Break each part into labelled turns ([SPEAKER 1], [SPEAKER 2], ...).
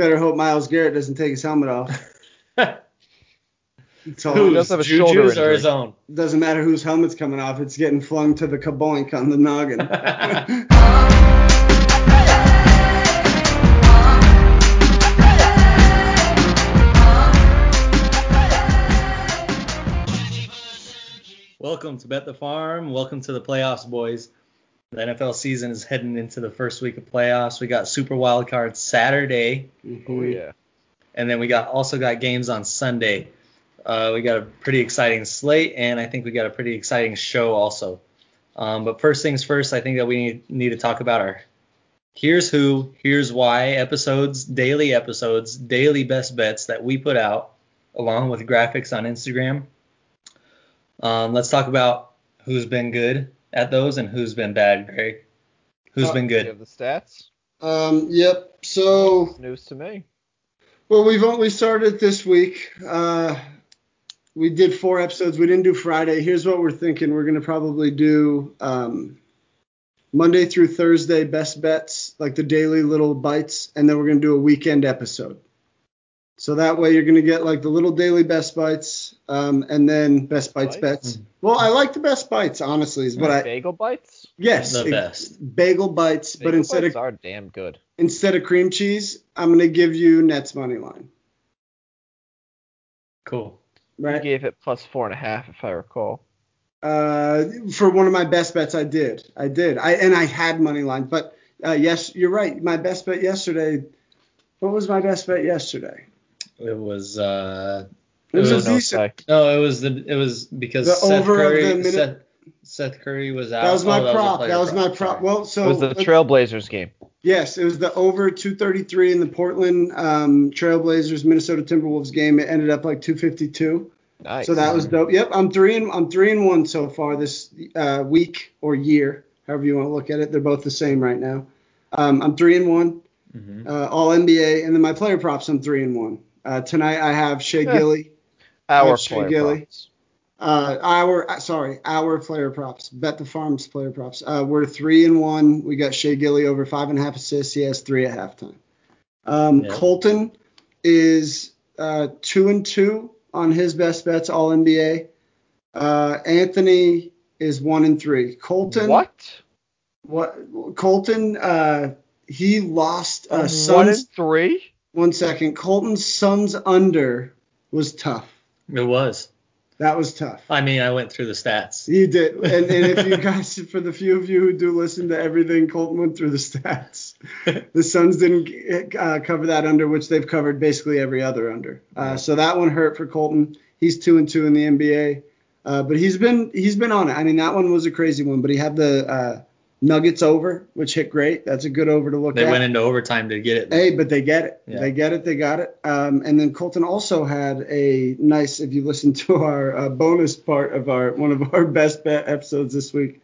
[SPEAKER 1] Oh,
[SPEAKER 2] Miles Garrett doesn't take his helmet off. So
[SPEAKER 1] Who
[SPEAKER 3] Whose?
[SPEAKER 2] it
[SPEAKER 1] does have a
[SPEAKER 3] Juju's
[SPEAKER 1] shoulder
[SPEAKER 3] or
[SPEAKER 1] injury.
[SPEAKER 3] his own?
[SPEAKER 2] doesn't matter whose helmet's coming off, it's getting flung to the kaboink on the noggin.
[SPEAKER 3] Welcome to Bet the Farm. Welcome to the playoffs, boys. The NFL season is heading into the first week of playoffs. We got Super Wild Card Saturday,
[SPEAKER 1] Oh yeah.
[SPEAKER 3] and then we got also got games on Sunday. Uh, we got a pretty exciting slate, and I think we got a pretty exciting show also. Um, but first things first, I think that we need, need to talk about our here's who, here's why episodes, daily episodes, daily best bets that we put out, along with graphics on Instagram. Um, let's talk about who's been good at those and who's been bad, Greg. Who's
[SPEAKER 2] Uh,
[SPEAKER 1] Oh,
[SPEAKER 3] been
[SPEAKER 1] You
[SPEAKER 3] good?
[SPEAKER 1] have the stats.
[SPEAKER 2] Um, yep. So
[SPEAKER 1] It's news to me.
[SPEAKER 2] Well, we've only started this week. Uh, we did four episodes. We didn't do Friday. Here's what we're thinking: we're gonna probably do um, Monday through Thursday best bets, like the daily little bites, and then we're gonna do a weekend episode. So that way you're gonna get like the little daily best bites, um, and then best bites
[SPEAKER 1] Bites?
[SPEAKER 2] bets. Well, I like the best bites, honestly, is what I
[SPEAKER 1] Bagel bites.
[SPEAKER 2] yes
[SPEAKER 3] The
[SPEAKER 2] it-
[SPEAKER 3] best.
[SPEAKER 2] bagel bites, but
[SPEAKER 1] Bagel
[SPEAKER 2] instead
[SPEAKER 1] bites
[SPEAKER 2] of
[SPEAKER 1] are damn good.
[SPEAKER 2] instead of cream cheese, I'm gonna give you Nets money line,
[SPEAKER 3] Cool.
[SPEAKER 1] I
[SPEAKER 2] right?
[SPEAKER 1] gave it plus four and a half if I recall.
[SPEAKER 2] uh, for one of my best bets, I did. I did. I and I had money line, but uh, yes, you're right. My best bet yesterday. What was my best bet yesterday?
[SPEAKER 3] It was uh
[SPEAKER 2] It was
[SPEAKER 3] It
[SPEAKER 2] a
[SPEAKER 3] was
[SPEAKER 1] No
[SPEAKER 2] decent.
[SPEAKER 1] say.
[SPEAKER 3] No, it was the it was because
[SPEAKER 2] The
[SPEAKER 3] Seth
[SPEAKER 2] over of
[SPEAKER 3] Curry
[SPEAKER 2] the minute-
[SPEAKER 3] Seth, Seth Curry was out.
[SPEAKER 2] That was my
[SPEAKER 3] Oh,
[SPEAKER 2] prop.
[SPEAKER 3] player
[SPEAKER 2] That was my prop.
[SPEAKER 3] sorry.
[SPEAKER 2] Well,
[SPEAKER 1] It
[SPEAKER 2] so uh,
[SPEAKER 1] was the
[SPEAKER 2] let's-
[SPEAKER 1] Trailblazers game.
[SPEAKER 2] Yes, it was the over 233 in the Portland um, Trailblazers Minnesota Timberwolves game. It ended up like 252.
[SPEAKER 1] Nice.
[SPEAKER 2] So that was dope. Yep, I'm three and I'm three and one so far this uh, week or year, however you want to look at it. They're both the same right now. Um, I'm three and one.
[SPEAKER 3] Mhm.
[SPEAKER 2] uh, All NBA, and then my player props. I'm three and one. Uh, tonight I have Shea
[SPEAKER 1] Yeah.
[SPEAKER 2] Gilly,
[SPEAKER 1] our
[SPEAKER 2] Shea
[SPEAKER 1] player
[SPEAKER 2] Gilly.
[SPEAKER 1] props.
[SPEAKER 2] uh, our uh, sorry, our player props. Bet the farms player props. Uh, we're three and one. We got Shea Gilly over five and a half assists. He has three at halftime. Um,
[SPEAKER 3] Yeah.
[SPEAKER 2] Colton is uh, two and two on his best bets. All NBA. Uh, Anthony is one and three. Colton.
[SPEAKER 1] What?
[SPEAKER 2] What? Colton. Uh, he lost uh,
[SPEAKER 1] One
[SPEAKER 2] Suns
[SPEAKER 1] and three.
[SPEAKER 2] one second. Colton's Suns under was tough.
[SPEAKER 3] It was.
[SPEAKER 2] That was tough.
[SPEAKER 3] I mean, I went through the stats.
[SPEAKER 2] You did. And, and if you guys, for the few of you who do listen to everything, Colton went through the stats. The Suns didn't uh, cover that under, which they've covered basically every other under. Uh, so that one hurt for Colton. He's two and two in the NBA, uh, but he's been he's been on it. I mean, that one was a crazy one, but he had the uh, Nuggets over, which hit great. That's a good over to look
[SPEAKER 3] They
[SPEAKER 2] at.
[SPEAKER 3] went into overtime to get it.
[SPEAKER 2] Hey, but they get it.
[SPEAKER 3] Yeah.
[SPEAKER 2] They get it. They got it. Um, and then Colton also had a nice. If you listen to our uh, bonus part of our one of our best bet episodes this week,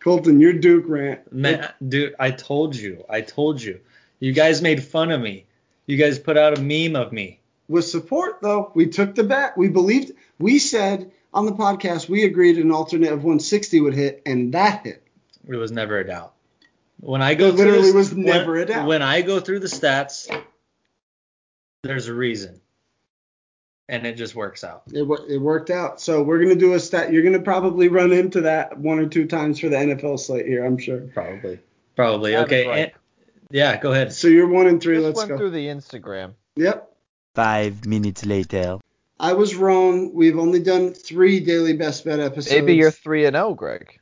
[SPEAKER 2] Colton, your Duke rant.
[SPEAKER 3] Man, dude, I told you. I told you. You guys made fun of me. You guys put out a meme of me.
[SPEAKER 2] with support though we took the bet we believed we said on the podcast we agreed an alternate of 160 would hit and that hit
[SPEAKER 3] It was never a doubt. When I go
[SPEAKER 2] It literally
[SPEAKER 3] through the-
[SPEAKER 2] was
[SPEAKER 3] when-
[SPEAKER 2] never a doubt.
[SPEAKER 3] When I go through the stats, there's a reason, and it just works out.
[SPEAKER 2] it, wo- it worked out so we're going to do a stat you're going to probably run into that one or two times for the nfl slate here i'm sure
[SPEAKER 3] Probably. Probably.
[SPEAKER 1] That was
[SPEAKER 3] Okay.
[SPEAKER 1] right.
[SPEAKER 3] and- yeah. Go ahead.
[SPEAKER 2] so you're one and three
[SPEAKER 1] Just
[SPEAKER 2] let's
[SPEAKER 1] went
[SPEAKER 2] go
[SPEAKER 1] through the Instagram.
[SPEAKER 2] yep
[SPEAKER 4] Five minutes later.
[SPEAKER 2] I was wrong. We've only done three daily best bet episodes.
[SPEAKER 1] Maybe you're three and zero, Greg.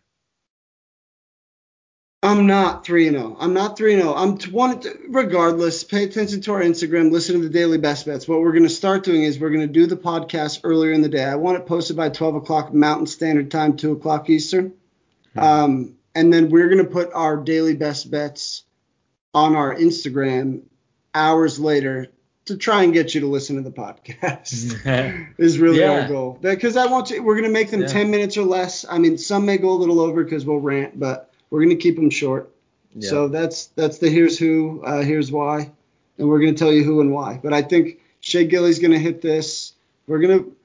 [SPEAKER 2] I'm not three and zero. I'm not three and zero. I'm t- one. Regardless, pay attention to our Instagram. Listen to the daily best bets. What we're going to start doing is we're going to do the podcast earlier in the day. I want it posted by 12 o'clock Mountain Standard Time, two o'clock Eastern.
[SPEAKER 1] Hmm.
[SPEAKER 2] Um, and then we're going to put our daily best bets on our Instagram hours later to try and get you to listen to the
[SPEAKER 1] Mm-hmm.
[SPEAKER 2] podcast. is really
[SPEAKER 3] Yeah.
[SPEAKER 2] our goal. Because I want to, we're going to make them
[SPEAKER 3] Yeah.
[SPEAKER 2] 10 minutes or less. I mean, some may go a little over because we'll rant, but we're going to keep them short.
[SPEAKER 3] Yeah.
[SPEAKER 2] So that's that's the here's who, uh, here's why, and we're going to tell you who and why. But I think Shea Gilly's going to hit this. We're going to,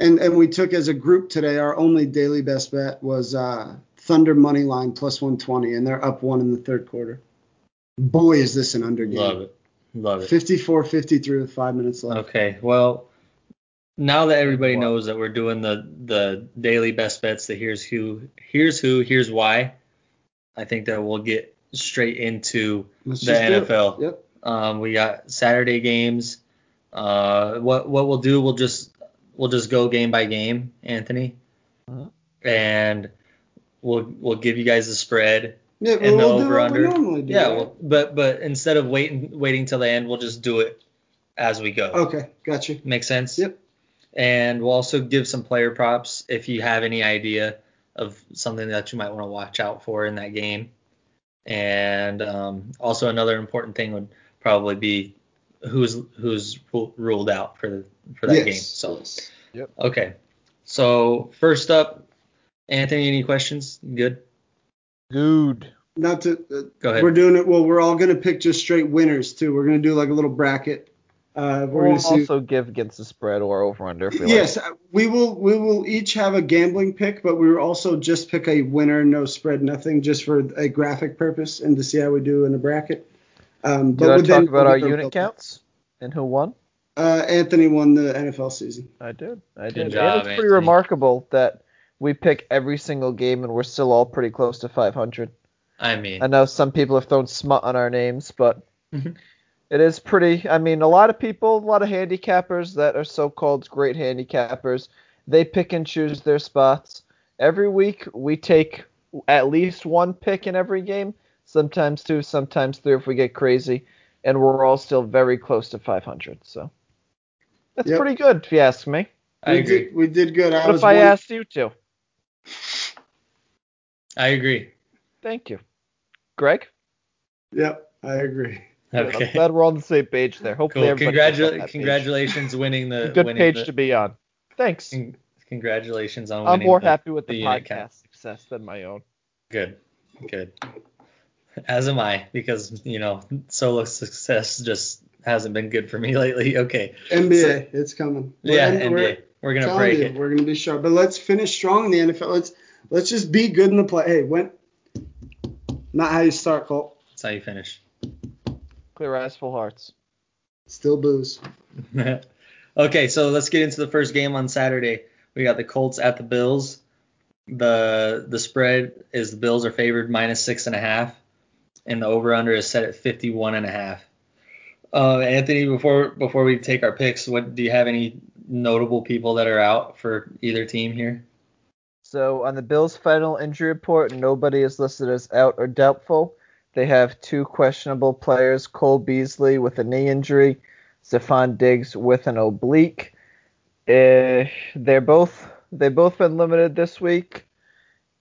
[SPEAKER 2] and and we took as a group today. Our only daily best bet was uh, Thunder money line plus 120, and they're up one in the third quarter. Boy, is this an under game.
[SPEAKER 3] Love it. Love it.
[SPEAKER 2] 54 53 with five minutes left.
[SPEAKER 3] Okay, well, now that everybody
[SPEAKER 5] Wow.
[SPEAKER 3] knows that we're doing the the daily best bets, the here's who, here's who, here's why, I think that we'll get straight into
[SPEAKER 2] Let's
[SPEAKER 3] the
[SPEAKER 2] just do it.
[SPEAKER 3] NFL.
[SPEAKER 2] Yep.
[SPEAKER 3] Um, we got Saturday games. Uh, what what we'll do, we'll just we'll just go game by game, Anthony,
[SPEAKER 5] Uh-huh.
[SPEAKER 3] and we'll we'll give you guys the spread.
[SPEAKER 2] Yeah, we'll
[SPEAKER 3] And the
[SPEAKER 2] do what we
[SPEAKER 3] over-under.
[SPEAKER 2] normally do.
[SPEAKER 3] Yeah,
[SPEAKER 2] right?
[SPEAKER 3] well, but but instead of waiting waiting till the end, we'll just do it as we go.
[SPEAKER 2] okay, got you.
[SPEAKER 3] Make sense?
[SPEAKER 2] Yep.
[SPEAKER 3] And we'll also give some player props if you have any idea of something that you might want to watch out for in that game. And um, also another important thing would probably be who's who's ru- ruled out for for that
[SPEAKER 2] yes.
[SPEAKER 3] game. So
[SPEAKER 2] yes.
[SPEAKER 3] okay. So first up, Anthony, any questions? Good.
[SPEAKER 5] Good.
[SPEAKER 2] Not to. Uh,
[SPEAKER 3] Go ahead.
[SPEAKER 2] We're doing it. Well, we're all gonna pick just straight winners too. We're gonna do like a little bracket. Uh, we're
[SPEAKER 5] We'll
[SPEAKER 2] gonna see.
[SPEAKER 5] also give against the spread or over under. If we
[SPEAKER 2] Yes, uh, we will. We will each have a gambling pick, but we will also just pick a winner, no spread, nothing, just for a graphic purpose and to see how we do in a bracket. Um,
[SPEAKER 5] Like. Did I
[SPEAKER 2] we'll
[SPEAKER 5] talk
[SPEAKER 2] then-
[SPEAKER 5] about our
[SPEAKER 2] we'll-
[SPEAKER 5] unit counts and who won?
[SPEAKER 2] Uh, Anthony won the NFL season.
[SPEAKER 5] I did. I did.
[SPEAKER 3] Good
[SPEAKER 5] And
[SPEAKER 3] job,
[SPEAKER 5] it's pretty
[SPEAKER 3] Anthony.
[SPEAKER 5] remarkable that we pick every single game and we're still all pretty close to 500.
[SPEAKER 3] I mean,
[SPEAKER 5] I know some people have thrown smut on our names, but
[SPEAKER 3] Mhm.
[SPEAKER 5] it is pretty. I mean, a lot of people, a lot of handicappers that are so called great handicappers, they pick and choose their spots. Every week, we take at least one pick in every game, sometimes two, sometimes three if we get crazy, and we're all still very close to 500. So that's
[SPEAKER 2] Yep.
[SPEAKER 5] pretty good, if you ask me.
[SPEAKER 3] I
[SPEAKER 2] we
[SPEAKER 3] agree.
[SPEAKER 2] Did, we did good. I
[SPEAKER 5] What
[SPEAKER 2] was
[SPEAKER 5] if I
[SPEAKER 2] one-
[SPEAKER 5] asked you to?
[SPEAKER 3] I agree.
[SPEAKER 5] Thank you. Greg?
[SPEAKER 2] Yep, I agree.
[SPEAKER 5] Good.
[SPEAKER 3] Okay.
[SPEAKER 5] I'm glad we're all on the same page there. Hopefully,
[SPEAKER 3] Cool.
[SPEAKER 5] everybody gets on
[SPEAKER 3] Congratu-
[SPEAKER 5] that page.
[SPEAKER 3] congratulations winning the
[SPEAKER 5] Good
[SPEAKER 3] winning
[SPEAKER 5] page
[SPEAKER 3] the-
[SPEAKER 5] to be on. Thanks.
[SPEAKER 3] Con- congratulations on
[SPEAKER 5] I'm
[SPEAKER 3] winning.
[SPEAKER 5] more
[SPEAKER 3] the- uh,
[SPEAKER 5] happy with the,
[SPEAKER 3] unit
[SPEAKER 5] podcast
[SPEAKER 3] count.
[SPEAKER 5] success than my own.
[SPEAKER 3] Good, good. As am I, because you know solo success just hasn't been good for me lately. Okay,
[SPEAKER 2] NBA, it's coming. We're
[SPEAKER 3] yeah,
[SPEAKER 2] in-
[SPEAKER 3] NBA,
[SPEAKER 2] we're-
[SPEAKER 3] we're, gonna
[SPEAKER 2] telling
[SPEAKER 3] break
[SPEAKER 2] you,
[SPEAKER 3] it.
[SPEAKER 2] We're gonna be sharp, but let's finish strong in the NFL. Let's let's just be good in the play. Hey, when not how you start, Colt.
[SPEAKER 3] That's how you finish.
[SPEAKER 5] Clear eyes, full hearts.
[SPEAKER 2] Still booze.
[SPEAKER 3] okay, so let's get into the first game on Saturday. We got the Colts at the Bills. The the spread is the Bills are favored minus six and a half, and the over under is set at fifty one and a half. Uh, Anthony, before before we take our picks, what do you have any notable people that are out for either team here?
[SPEAKER 5] So on the Bills' final injury report, nobody is listed as out or doubtful. They have two questionable players: Cole Beasley with a knee injury, Stephon Diggs with an oblique. Eh, they're both they've both been limited this week,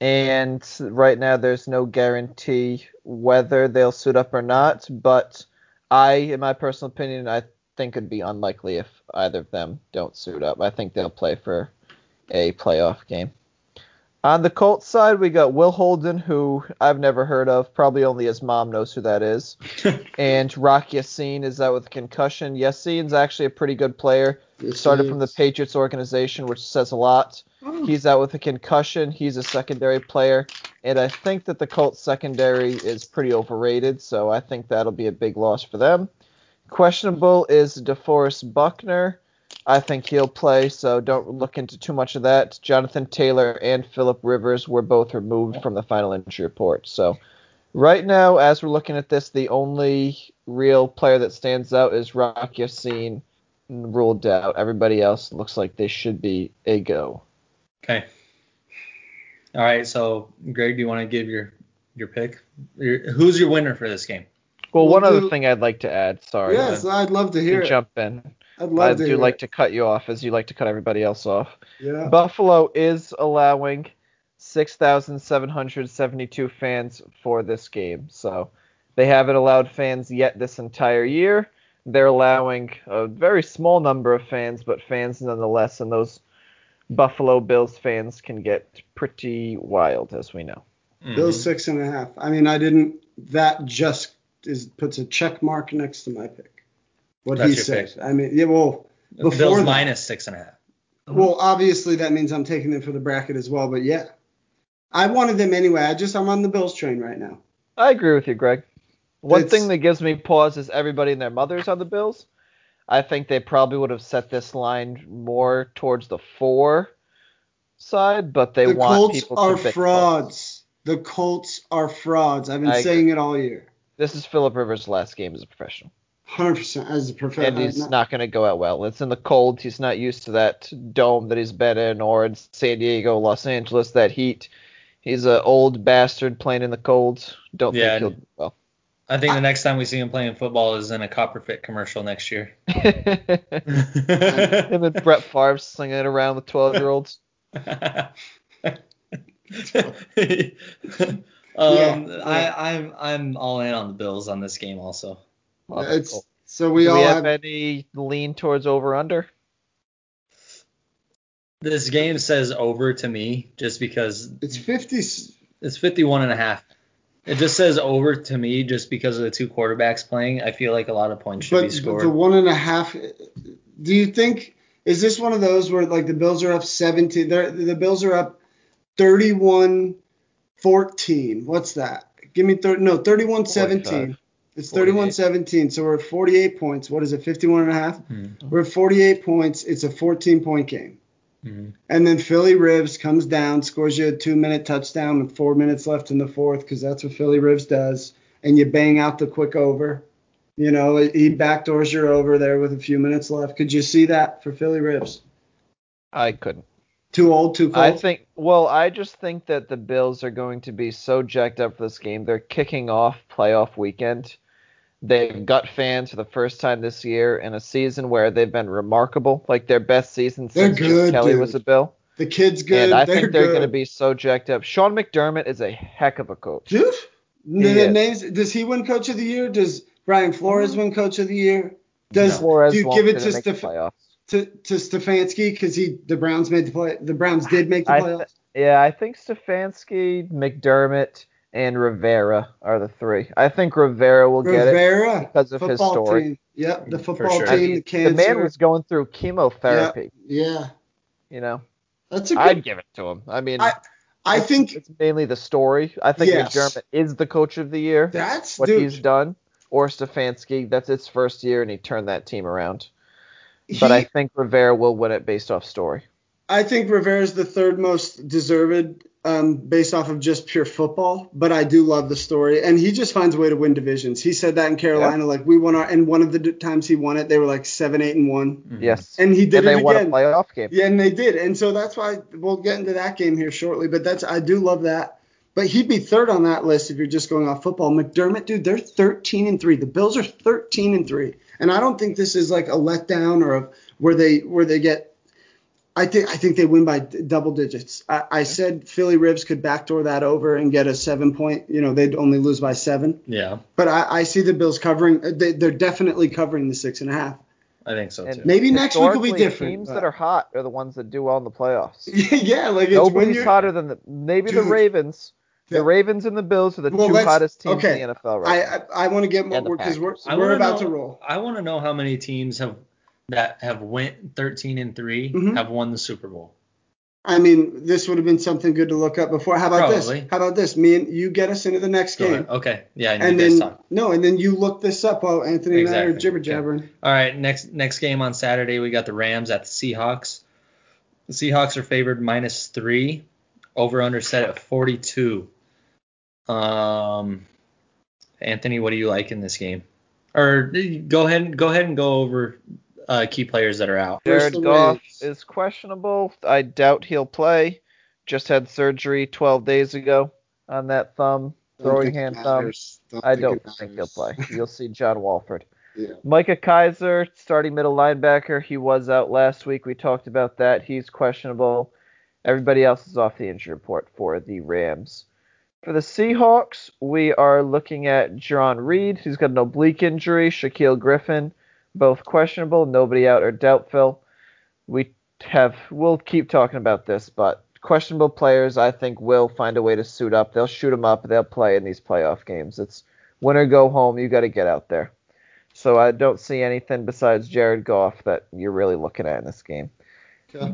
[SPEAKER 5] and right now there's no guarantee whether they'll suit up or not. But I, in my personal opinion, I think it'd be unlikely if either of them don't suit up. I think they'll play for a playoff game. On the Colts side, we got Will Holden, who I've never heard of. Probably only his mom knows who that is. and Rock Yassin is out with a concussion. Yassin's actually a pretty good player. Started from the Patriots organization, which says a lot. He's out with a concussion. He's a secondary player. And I think that the Colts secondary is pretty overrated, so I think that'll be a big loss for them. Questionable is DeForest Buckner. I think he'll play, so don't look into too much of that. Jonathan Taylor and Philip Rivers were both removed from the final injury report. So right now, as we're looking at this, the only real player that stands out is Rock Yassin ruled out. Everybody else looks like they should be a go.
[SPEAKER 3] Okay. All right, so Greg, do you want to give your your pick? Your, who's your winner for this game?
[SPEAKER 5] Well,
[SPEAKER 2] We'll
[SPEAKER 5] one other
[SPEAKER 2] do-
[SPEAKER 5] thing I'd like to add. Sorry,
[SPEAKER 2] Yes, I'd love to
[SPEAKER 5] you
[SPEAKER 2] hear it.
[SPEAKER 5] jump in.
[SPEAKER 2] I'd
[SPEAKER 5] I
[SPEAKER 2] love to
[SPEAKER 5] do
[SPEAKER 2] hear
[SPEAKER 5] like
[SPEAKER 2] it.
[SPEAKER 5] to cut you off as you like to cut everybody else off.
[SPEAKER 2] Yeah.
[SPEAKER 5] Buffalo is allowing 6,772 fans for this game. So they haven't allowed fans yet this entire year. They're allowing a very small number of fans, but fans nonetheless. And those Buffalo Bills fans can get pretty wild, as we know.
[SPEAKER 3] Mm-hmm.
[SPEAKER 2] Bill's six and a half. I mean, I didn't. That just is puts a check mark next to my pick. What
[SPEAKER 3] That's
[SPEAKER 2] he
[SPEAKER 3] your
[SPEAKER 2] said. I mean, yeah. Well,
[SPEAKER 3] Mhm.
[SPEAKER 2] before
[SPEAKER 3] Bills
[SPEAKER 2] that-
[SPEAKER 3] minus six and a half.
[SPEAKER 2] well, obviously that means I'm taking them for the bracket as well. But yeah, I wanted them anyway. I just I'm on the Bills train right now.
[SPEAKER 5] I agree with you, Greg. One
[SPEAKER 2] It's-
[SPEAKER 5] thing that gives me pause is everybody and their mothers on the Bills. I think they probably would have set this line more towards the four side, but they
[SPEAKER 2] the
[SPEAKER 5] want
[SPEAKER 2] Colts
[SPEAKER 5] people
[SPEAKER 2] are
[SPEAKER 5] to think Colts.
[SPEAKER 2] frauds. The Colts are frauds. I've been
[SPEAKER 5] I
[SPEAKER 2] saying it all year.
[SPEAKER 5] This is Philip Rivers' last game as a professional,
[SPEAKER 2] 100% as a
[SPEAKER 5] and
[SPEAKER 2] professional.
[SPEAKER 5] he's not going to go out well. It's in the cold. He's not used to that dome that he's been in, or in San Diego, Los Angeles, that heat. He's an old bastard playing in the cold. Don't think
[SPEAKER 3] Yeah,
[SPEAKER 5] he'll do well.
[SPEAKER 3] I think the next time we see him playing football is in a Copper Fit commercial next year.
[SPEAKER 5] Him and Brett Favre slinging it around with 12 year olds.
[SPEAKER 3] um,
[SPEAKER 2] Yeah, yeah.
[SPEAKER 3] I, I'm I'm all in on the Bills on this game also.
[SPEAKER 5] Well,
[SPEAKER 2] It's-
[SPEAKER 5] cool.
[SPEAKER 2] so we
[SPEAKER 5] Do
[SPEAKER 2] all
[SPEAKER 5] we
[SPEAKER 2] have,
[SPEAKER 5] have any lean towards over under?
[SPEAKER 3] This game says over to me just because
[SPEAKER 2] it's 50. s-
[SPEAKER 3] it's 51 and a half. It just says over to me just because of the two quarterbacks playing. I feel like a lot of points should
[SPEAKER 2] But
[SPEAKER 3] be scored.
[SPEAKER 2] the one and a half. Do you think is this one of those where like the Bills are up 17? They're, the Bills are up 31 14. What's that? Give me thir- no 31 17.
[SPEAKER 5] 45.
[SPEAKER 2] It's 31 17. So we're at 48 points. What is it? 51 and a half?
[SPEAKER 5] Hmm.
[SPEAKER 2] We're at 48 points. It's a 14 point game.
[SPEAKER 3] Mhm.
[SPEAKER 2] And then Philly Rivs comes down, scores you a two minute touchdown with four minutes left in the fourth because that's what Philly Rivs does. And you bang out the quick over. You know, he backdoors your over there with a few minutes left. Could you see that for Philly Rivs?
[SPEAKER 5] I couldn't.
[SPEAKER 2] Too old, too cold.
[SPEAKER 5] I think. Well, I just think that the Bills are going to be so jacked up for this game. They're kicking off playoff weekend. They've got fans for the first time this year in a season where they've been remarkable, like their best season
[SPEAKER 2] They're
[SPEAKER 5] since Chip
[SPEAKER 2] good,
[SPEAKER 5] Kelly
[SPEAKER 2] dude.
[SPEAKER 5] was a Bill.
[SPEAKER 2] the kid's good.
[SPEAKER 5] and I
[SPEAKER 2] they're
[SPEAKER 5] think they're
[SPEAKER 2] good.
[SPEAKER 5] going to be so jacked up. Sean McDermott is a heck of a coach.
[SPEAKER 2] Dude, the
[SPEAKER 5] is.
[SPEAKER 2] names, does he win Coach of the Year? Does Brian Flores win Coach of the Year? Does
[SPEAKER 5] Flores
[SPEAKER 2] do you
[SPEAKER 5] won't
[SPEAKER 2] give
[SPEAKER 5] gonna
[SPEAKER 2] it to
[SPEAKER 5] make the
[SPEAKER 2] Steph-
[SPEAKER 5] playoffs.
[SPEAKER 2] to, to Stefanski because he the Browns made the play. The Browns did make the
[SPEAKER 5] I
[SPEAKER 2] playoffs.
[SPEAKER 5] th- yeah, I think Stefanski, McDermott, and Rivera are the three. I think Rivera will get it.
[SPEAKER 2] Rivera
[SPEAKER 5] because of his
[SPEAKER 2] football
[SPEAKER 5] story.
[SPEAKER 2] Team. Yep, the
[SPEAKER 3] For
[SPEAKER 2] football
[SPEAKER 3] sure.
[SPEAKER 2] team,
[SPEAKER 3] I
[SPEAKER 5] mean,
[SPEAKER 2] the
[SPEAKER 5] The
[SPEAKER 2] cancer.
[SPEAKER 5] man was going through chemotherapy.
[SPEAKER 2] yeah,
[SPEAKER 5] You know,
[SPEAKER 2] that's a good.
[SPEAKER 5] I'd give it to him. I mean,
[SPEAKER 2] I- I think
[SPEAKER 5] it's mainly the story. I think
[SPEAKER 2] Yes.
[SPEAKER 5] McDermott is the coach of the year.
[SPEAKER 2] that's
[SPEAKER 5] what
[SPEAKER 2] dude.
[SPEAKER 5] he's done, or Stefanski. That's its first year, and he turned that team around.
[SPEAKER 2] he-
[SPEAKER 5] But I think Rivera will win it based off story.
[SPEAKER 2] I think Rivera's the third most deserved um, based off of just pure football, but I do love the story. And he just finds a way to win divisions. He said that in Carolina, like we won our, and one of the d- times he won it, they were like seven, eight, and one,
[SPEAKER 3] Mhm.
[SPEAKER 5] Yes.
[SPEAKER 2] and he
[SPEAKER 5] and
[SPEAKER 2] did it
[SPEAKER 5] they
[SPEAKER 2] again.
[SPEAKER 5] won a playoff game.
[SPEAKER 2] Yeah, and they did, and so that's why we'll get into that game here shortly. But that's I do love that. But he'd be third on that list if you're just going off football. McDermott, dude, they're 13 and three. The Bills are 13 and three, and I don't think this is like a letdown or a, where they where they get. I think I think they win by d- double digits. I, I said Philly Ribs could backdoor that over and get a seven point. You know they'd only lose by seven,
[SPEAKER 3] Yeah,
[SPEAKER 2] but I, I see the Bills covering. They, they're definitely covering the six and a half.
[SPEAKER 3] I think so too.
[SPEAKER 5] And
[SPEAKER 2] Maybe next week will be
[SPEAKER 5] historically,
[SPEAKER 2] different,
[SPEAKER 5] Teams
[SPEAKER 2] but-
[SPEAKER 5] that are hot are the ones that do well in the playoffs.
[SPEAKER 2] yeah, like it's when
[SPEAKER 5] Nobody's
[SPEAKER 2] you're,
[SPEAKER 5] hotter than the maybe
[SPEAKER 2] Dude.
[SPEAKER 5] the Ravens. The
[SPEAKER 2] Yeah.
[SPEAKER 5] Ravens and the Bills are the
[SPEAKER 2] Well,
[SPEAKER 5] two
[SPEAKER 2] let's-
[SPEAKER 5] hottest teams
[SPEAKER 2] okay.
[SPEAKER 5] in the NFL right
[SPEAKER 2] I
[SPEAKER 5] now.
[SPEAKER 2] I, I want to get more
[SPEAKER 5] And the
[SPEAKER 2] because we're,
[SPEAKER 5] Packers.
[SPEAKER 3] I
[SPEAKER 2] we're
[SPEAKER 3] wanna
[SPEAKER 2] about
[SPEAKER 3] know-
[SPEAKER 2] to roll.
[SPEAKER 3] I want to know how many teams have that have went 13 and 3
[SPEAKER 2] Mhm.
[SPEAKER 3] have won the Super Bowl.
[SPEAKER 2] I mean, this would have been something good to look up before. How about this?
[SPEAKER 3] Probably.
[SPEAKER 2] How about this? Me and you get us into the next
[SPEAKER 3] Go
[SPEAKER 2] game,
[SPEAKER 3] ahead. Oh, Okay. Yeah, I
[SPEAKER 2] and
[SPEAKER 3] need this
[SPEAKER 2] then
[SPEAKER 3] time.
[SPEAKER 2] no, and then you look this up while Anthony and I are
[SPEAKER 3] Exactly.
[SPEAKER 2] jibber
[SPEAKER 3] Okay.
[SPEAKER 2] jabbering.
[SPEAKER 3] All right, next next game on Saturday we got the Rams at the Seahawks. The Seahawks are favored minus 3, over under set at 42. Um Anthony, what do you like in this game? Or go ahead and go ahead and go over uh, key players that are out.
[SPEAKER 2] Where's
[SPEAKER 5] Jared
[SPEAKER 2] the
[SPEAKER 5] Goff
[SPEAKER 2] Ravens?
[SPEAKER 5] is questionable. I doubt he'll play. Just had surgery 12 days ago on that thumb,
[SPEAKER 2] Don't
[SPEAKER 5] throwing
[SPEAKER 2] think it
[SPEAKER 5] hand thumb.
[SPEAKER 2] matters.
[SPEAKER 5] I
[SPEAKER 2] think
[SPEAKER 5] don't
[SPEAKER 2] it
[SPEAKER 5] think he'll
[SPEAKER 2] matters.
[SPEAKER 5] play. You'll see John Walford.
[SPEAKER 2] Yeah.
[SPEAKER 5] Micah Kaiser, starting middle linebacker. He was out last week. We talked about that. He's questionable. Everybody else is off the injury report for the Rams. For the Seahawks, we are looking at John Reed, who's got an oblique injury, Shaquille Griffin, both questionable, nobody out or doubtful. We have we'll keep talking about this, but questionable players I think will find a way to suit up. They'll shoot them up, they'll play in these playoff games. It's win or go home, you got to get out there. So I don't see anything besides Jared Goff that you're really looking at in this game.
[SPEAKER 2] Okay.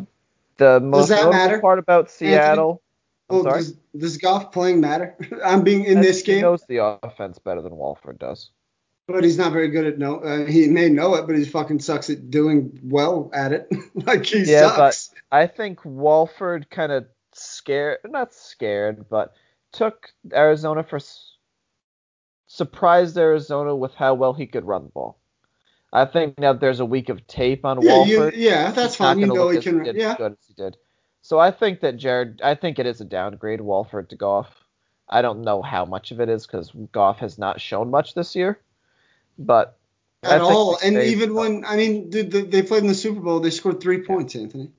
[SPEAKER 5] The most
[SPEAKER 2] that
[SPEAKER 5] notable
[SPEAKER 2] matter,
[SPEAKER 5] part about Seattle
[SPEAKER 2] Oh,
[SPEAKER 5] sorry?
[SPEAKER 2] does, does golf playing matter? I'm being in
[SPEAKER 5] And
[SPEAKER 2] this
[SPEAKER 5] He
[SPEAKER 2] game,
[SPEAKER 5] knows the offense better than Walford does.
[SPEAKER 2] but he's not very good at no. Uh, he may know it, but he fucking sucks at doing well at it. like he
[SPEAKER 5] Yeah, but-
[SPEAKER 2] sucks.
[SPEAKER 5] I think Walford kind of scared, not scared, but took Arizona for s- surprised Arizona with how well he could run the ball. I think now there's a week of tape on
[SPEAKER 2] yeah, you,
[SPEAKER 5] Walford.
[SPEAKER 2] yeah, that's
[SPEAKER 5] He's not
[SPEAKER 2] fine. You
[SPEAKER 5] gonna
[SPEAKER 2] know
[SPEAKER 5] look
[SPEAKER 2] he
[SPEAKER 5] as
[SPEAKER 2] can.
[SPEAKER 5] good-
[SPEAKER 2] Yeah,
[SPEAKER 5] good as he did. So I think that Jared, I think it is a downgrade Walford to Goff. I don't know how much of it is because Goff has not shown much this year, but I
[SPEAKER 2] at
[SPEAKER 5] think
[SPEAKER 2] all.
[SPEAKER 5] they
[SPEAKER 2] And
[SPEAKER 5] stayed-
[SPEAKER 2] even when I mean, dude, they- they played in the Super Bowl. They scored three points, Anthony.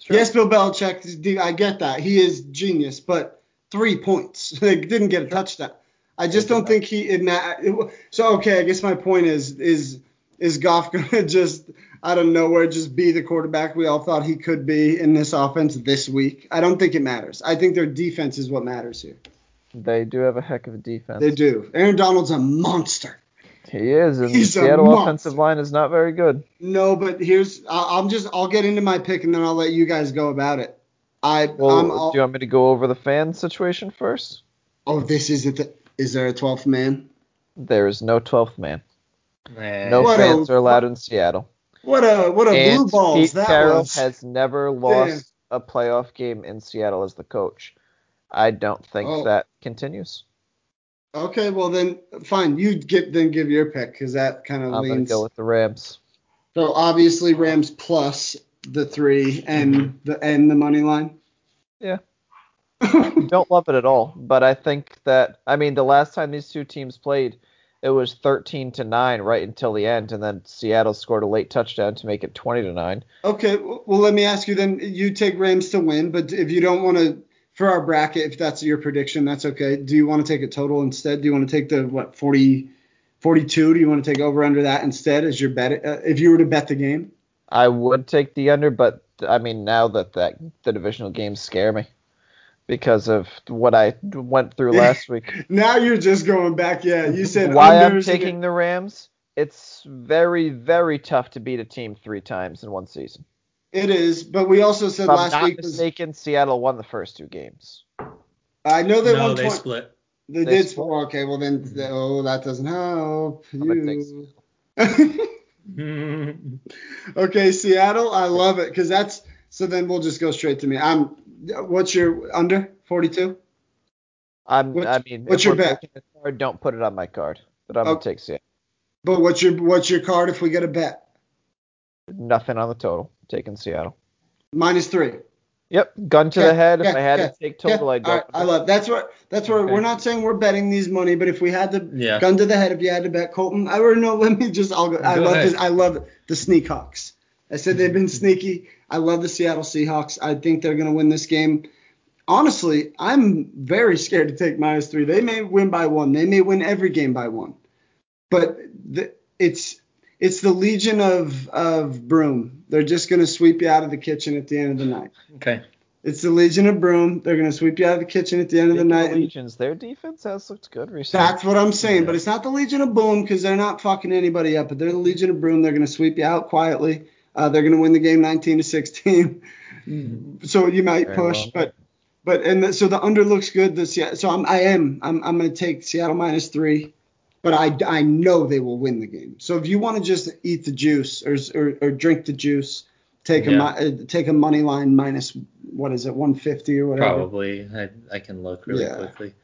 [SPEAKER 5] Sure.
[SPEAKER 2] Yes, Bill Belichick. is the- I get that. He is genius, but three points. They didn't get a touchdown. I just don't think he. It, ma- it, wa- so okay, I guess my point is is is Goff gonna just out of nowhere just be the quarterback we all thought he could be in this offense this week? I don't think it matters. I think their defense is what matters here.
[SPEAKER 5] they do have a heck of a defense.
[SPEAKER 2] They do. Aaron Donald's a monster.
[SPEAKER 5] He is, and the
[SPEAKER 2] He's a
[SPEAKER 5] Seattle
[SPEAKER 2] monster.
[SPEAKER 5] offensive line is not very good.
[SPEAKER 2] No, but here's I, I'm just I'll get into my pick and then I'll let you guys go about it. I
[SPEAKER 5] Well,
[SPEAKER 2] I'm all,
[SPEAKER 5] Oh, do you want me to go over the fan situation first?
[SPEAKER 2] oh this isn't the is there a 12th man?
[SPEAKER 5] There is no 12th man.
[SPEAKER 3] Man.
[SPEAKER 5] No
[SPEAKER 2] What a-
[SPEAKER 5] fans are allowed in Seattle.
[SPEAKER 2] What a what a
[SPEAKER 5] And
[SPEAKER 2] blue balls
[SPEAKER 5] Pete
[SPEAKER 2] that
[SPEAKER 5] Carroll
[SPEAKER 2] was.
[SPEAKER 5] has never lost a playoff game in Seattle as the coach. I don't think
[SPEAKER 2] Oh.
[SPEAKER 5] that continues.
[SPEAKER 2] okay, well then fine. You get then give your pick because that kind of
[SPEAKER 5] I'm going
[SPEAKER 2] leans.
[SPEAKER 5] to go with the Rams.
[SPEAKER 2] so obviously Rams plus the three and the and the money line.
[SPEAKER 5] Yeah. Don't love it at all, but I think that I mean the last time these two teams played, it was 13 to 9 right until the end and then Seattle scored a late touchdown to make it 20 to 9.
[SPEAKER 2] okay, w- well let me ask you then. You take Rams to win, but if you don't want to. For our bracket, if that's your prediction, that's okay. Do you want to take a total instead? Do you want to take the what 40, 42? Do you want to take over under that instead as your bet? Uh, if you were to bet the game,
[SPEAKER 5] I would take the under, but I mean now that that the divisional games scare me because of what I went through last week.
[SPEAKER 2] now you're just going back. Yeah, you said
[SPEAKER 5] Why I'm
[SPEAKER 2] unders and-
[SPEAKER 5] taking the Rams? It's very very tough to beat a team three times in one season.
[SPEAKER 2] It is, but we also said
[SPEAKER 5] If I'm
[SPEAKER 2] last
[SPEAKER 5] not
[SPEAKER 2] week. Was,
[SPEAKER 5] mistaken, Seattle won the first two games.
[SPEAKER 2] I know they
[SPEAKER 3] No,
[SPEAKER 2] won.
[SPEAKER 3] they
[SPEAKER 2] twen-
[SPEAKER 3] split.
[SPEAKER 2] They,
[SPEAKER 5] They
[SPEAKER 2] did
[SPEAKER 5] split.
[SPEAKER 2] score. Okay, well then, oh, that doesn't help.
[SPEAKER 5] I'm gonna take
[SPEAKER 2] You. okay, Seattle. I love it because that's. So then we'll just go straight to me. I'm. What's your under 42?
[SPEAKER 5] I'm.
[SPEAKER 2] What's-
[SPEAKER 5] I mean,
[SPEAKER 2] what's
[SPEAKER 5] if
[SPEAKER 2] your
[SPEAKER 5] we're
[SPEAKER 2] bet?
[SPEAKER 5] making a card, don't put it on my card. But I'm gonna
[SPEAKER 2] Okay.
[SPEAKER 5] take Seattle.
[SPEAKER 2] But what's your what's your card if we get a bet?
[SPEAKER 5] Nothing on the total. Taking Seattle.
[SPEAKER 2] Minus three.
[SPEAKER 5] Yep. Gun to
[SPEAKER 2] Okay,
[SPEAKER 5] the head. If
[SPEAKER 2] okay,
[SPEAKER 5] I had
[SPEAKER 2] okay,
[SPEAKER 5] to take total,
[SPEAKER 2] Yeah,
[SPEAKER 5] I don't.
[SPEAKER 2] all right, I love that's what that's where
[SPEAKER 5] Okay.
[SPEAKER 2] we're not saying we're betting these money, but if we had to
[SPEAKER 3] Yeah.
[SPEAKER 2] gun to the head, if you had to bet Colton, I or no, let me just I'll go. I
[SPEAKER 3] Go
[SPEAKER 2] love
[SPEAKER 3] ahead.
[SPEAKER 2] this. I love the Sneak Hawks. I said they've been sneaky. I love the Seattle Seahawks. I think they're gonna win this game. Honestly, I'm very scared to take minus three. They may win by one. They may win every game by one. But the, it's it's the legion of of broom. They're just gonna sweep you out of the kitchen at the end of the night.
[SPEAKER 3] Okay.
[SPEAKER 2] It's the Legion of Broom. They're gonna sweep you out of the kitchen at the end of the
[SPEAKER 5] Speaking of
[SPEAKER 2] night. and
[SPEAKER 5] Legions, their defense has looked good recently.
[SPEAKER 2] That's what I'm saying. But it's not the Legion of Boom because they're not fucking anybody up. But they're the Legion of Broom. They're gonna sweep you out quietly. Uh, they're gonna win the game 19 to 16. so you might
[SPEAKER 5] Very
[SPEAKER 2] push,
[SPEAKER 5] well.
[SPEAKER 2] but but and the, so the under looks good. This yeah. So I'm I am I'm I'm gonna take Seattle minus three. But I, I know they will win the game. So if you want to just eat the juice or, or, or drink the juice, take a
[SPEAKER 3] Yeah.
[SPEAKER 2] mi- uh, take a money line minus what is it 150 or whatever.
[SPEAKER 3] Probably. I, I can look really
[SPEAKER 2] Yeah.
[SPEAKER 3] quickly.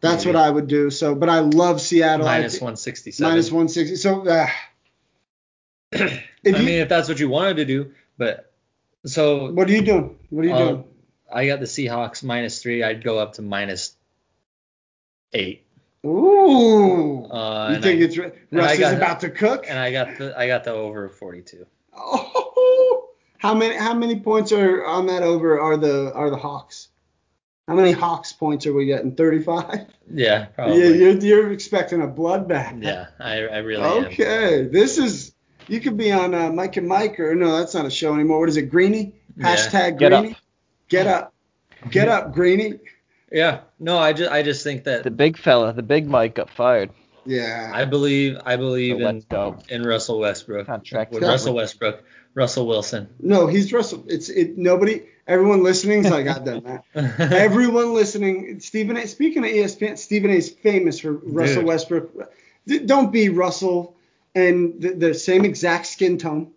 [SPEAKER 2] That's
[SPEAKER 3] Maybe.
[SPEAKER 2] what I would do. So, but I love Seattle. I
[SPEAKER 3] Minus
[SPEAKER 2] thi-
[SPEAKER 3] 167.
[SPEAKER 2] minus 160. So, uh, if
[SPEAKER 3] I
[SPEAKER 2] you,
[SPEAKER 3] mean, if that's what you wanted to do, but so
[SPEAKER 2] what are you doing? What are you
[SPEAKER 3] Uh,
[SPEAKER 2] doing?
[SPEAKER 3] I got the Seahawks minus three. I'd go up to minus eight.
[SPEAKER 2] Ooh,
[SPEAKER 3] Uh,
[SPEAKER 2] you
[SPEAKER 3] and
[SPEAKER 2] think
[SPEAKER 3] I,
[SPEAKER 2] it's Russ is
[SPEAKER 3] got-
[SPEAKER 2] about to cook?
[SPEAKER 3] and I got the I got the over 42.
[SPEAKER 2] oh, how many how many points are on that over are the are the Hawks? How many Hawks points are we getting? 35.
[SPEAKER 3] Yeah, probably.
[SPEAKER 2] Yeah, you're you're expecting a bloodbath.
[SPEAKER 3] Yeah, I, I really am.
[SPEAKER 2] Okay, this is you could be on uh, Mike and Mike or no, that's not a show anymore. What is it, Greeny?
[SPEAKER 3] Yeah.
[SPEAKER 2] Hashtag
[SPEAKER 5] Get up.
[SPEAKER 2] Greeny. Get up. Get up, Greeny.
[SPEAKER 3] Yeah. No, I just I just think that
[SPEAKER 5] The big fella, the big Mike, got fired.
[SPEAKER 2] Yeah.
[SPEAKER 3] I believe I
[SPEAKER 5] So
[SPEAKER 3] believe in
[SPEAKER 5] let's go.
[SPEAKER 3] in Russell Westbrook.
[SPEAKER 1] Contract.
[SPEAKER 3] With Russell Westbrook, Russell Wilson.
[SPEAKER 2] no, he's Russell. It's it. Nobody. Everyone listening's like I've done that. Everyone listening. Stephen A. Speaking of E ESPN, Stephen A. is famous for Russell
[SPEAKER 3] Dude.
[SPEAKER 2] Westbrook. D- Don't be Russell and the, the same exact skin tone.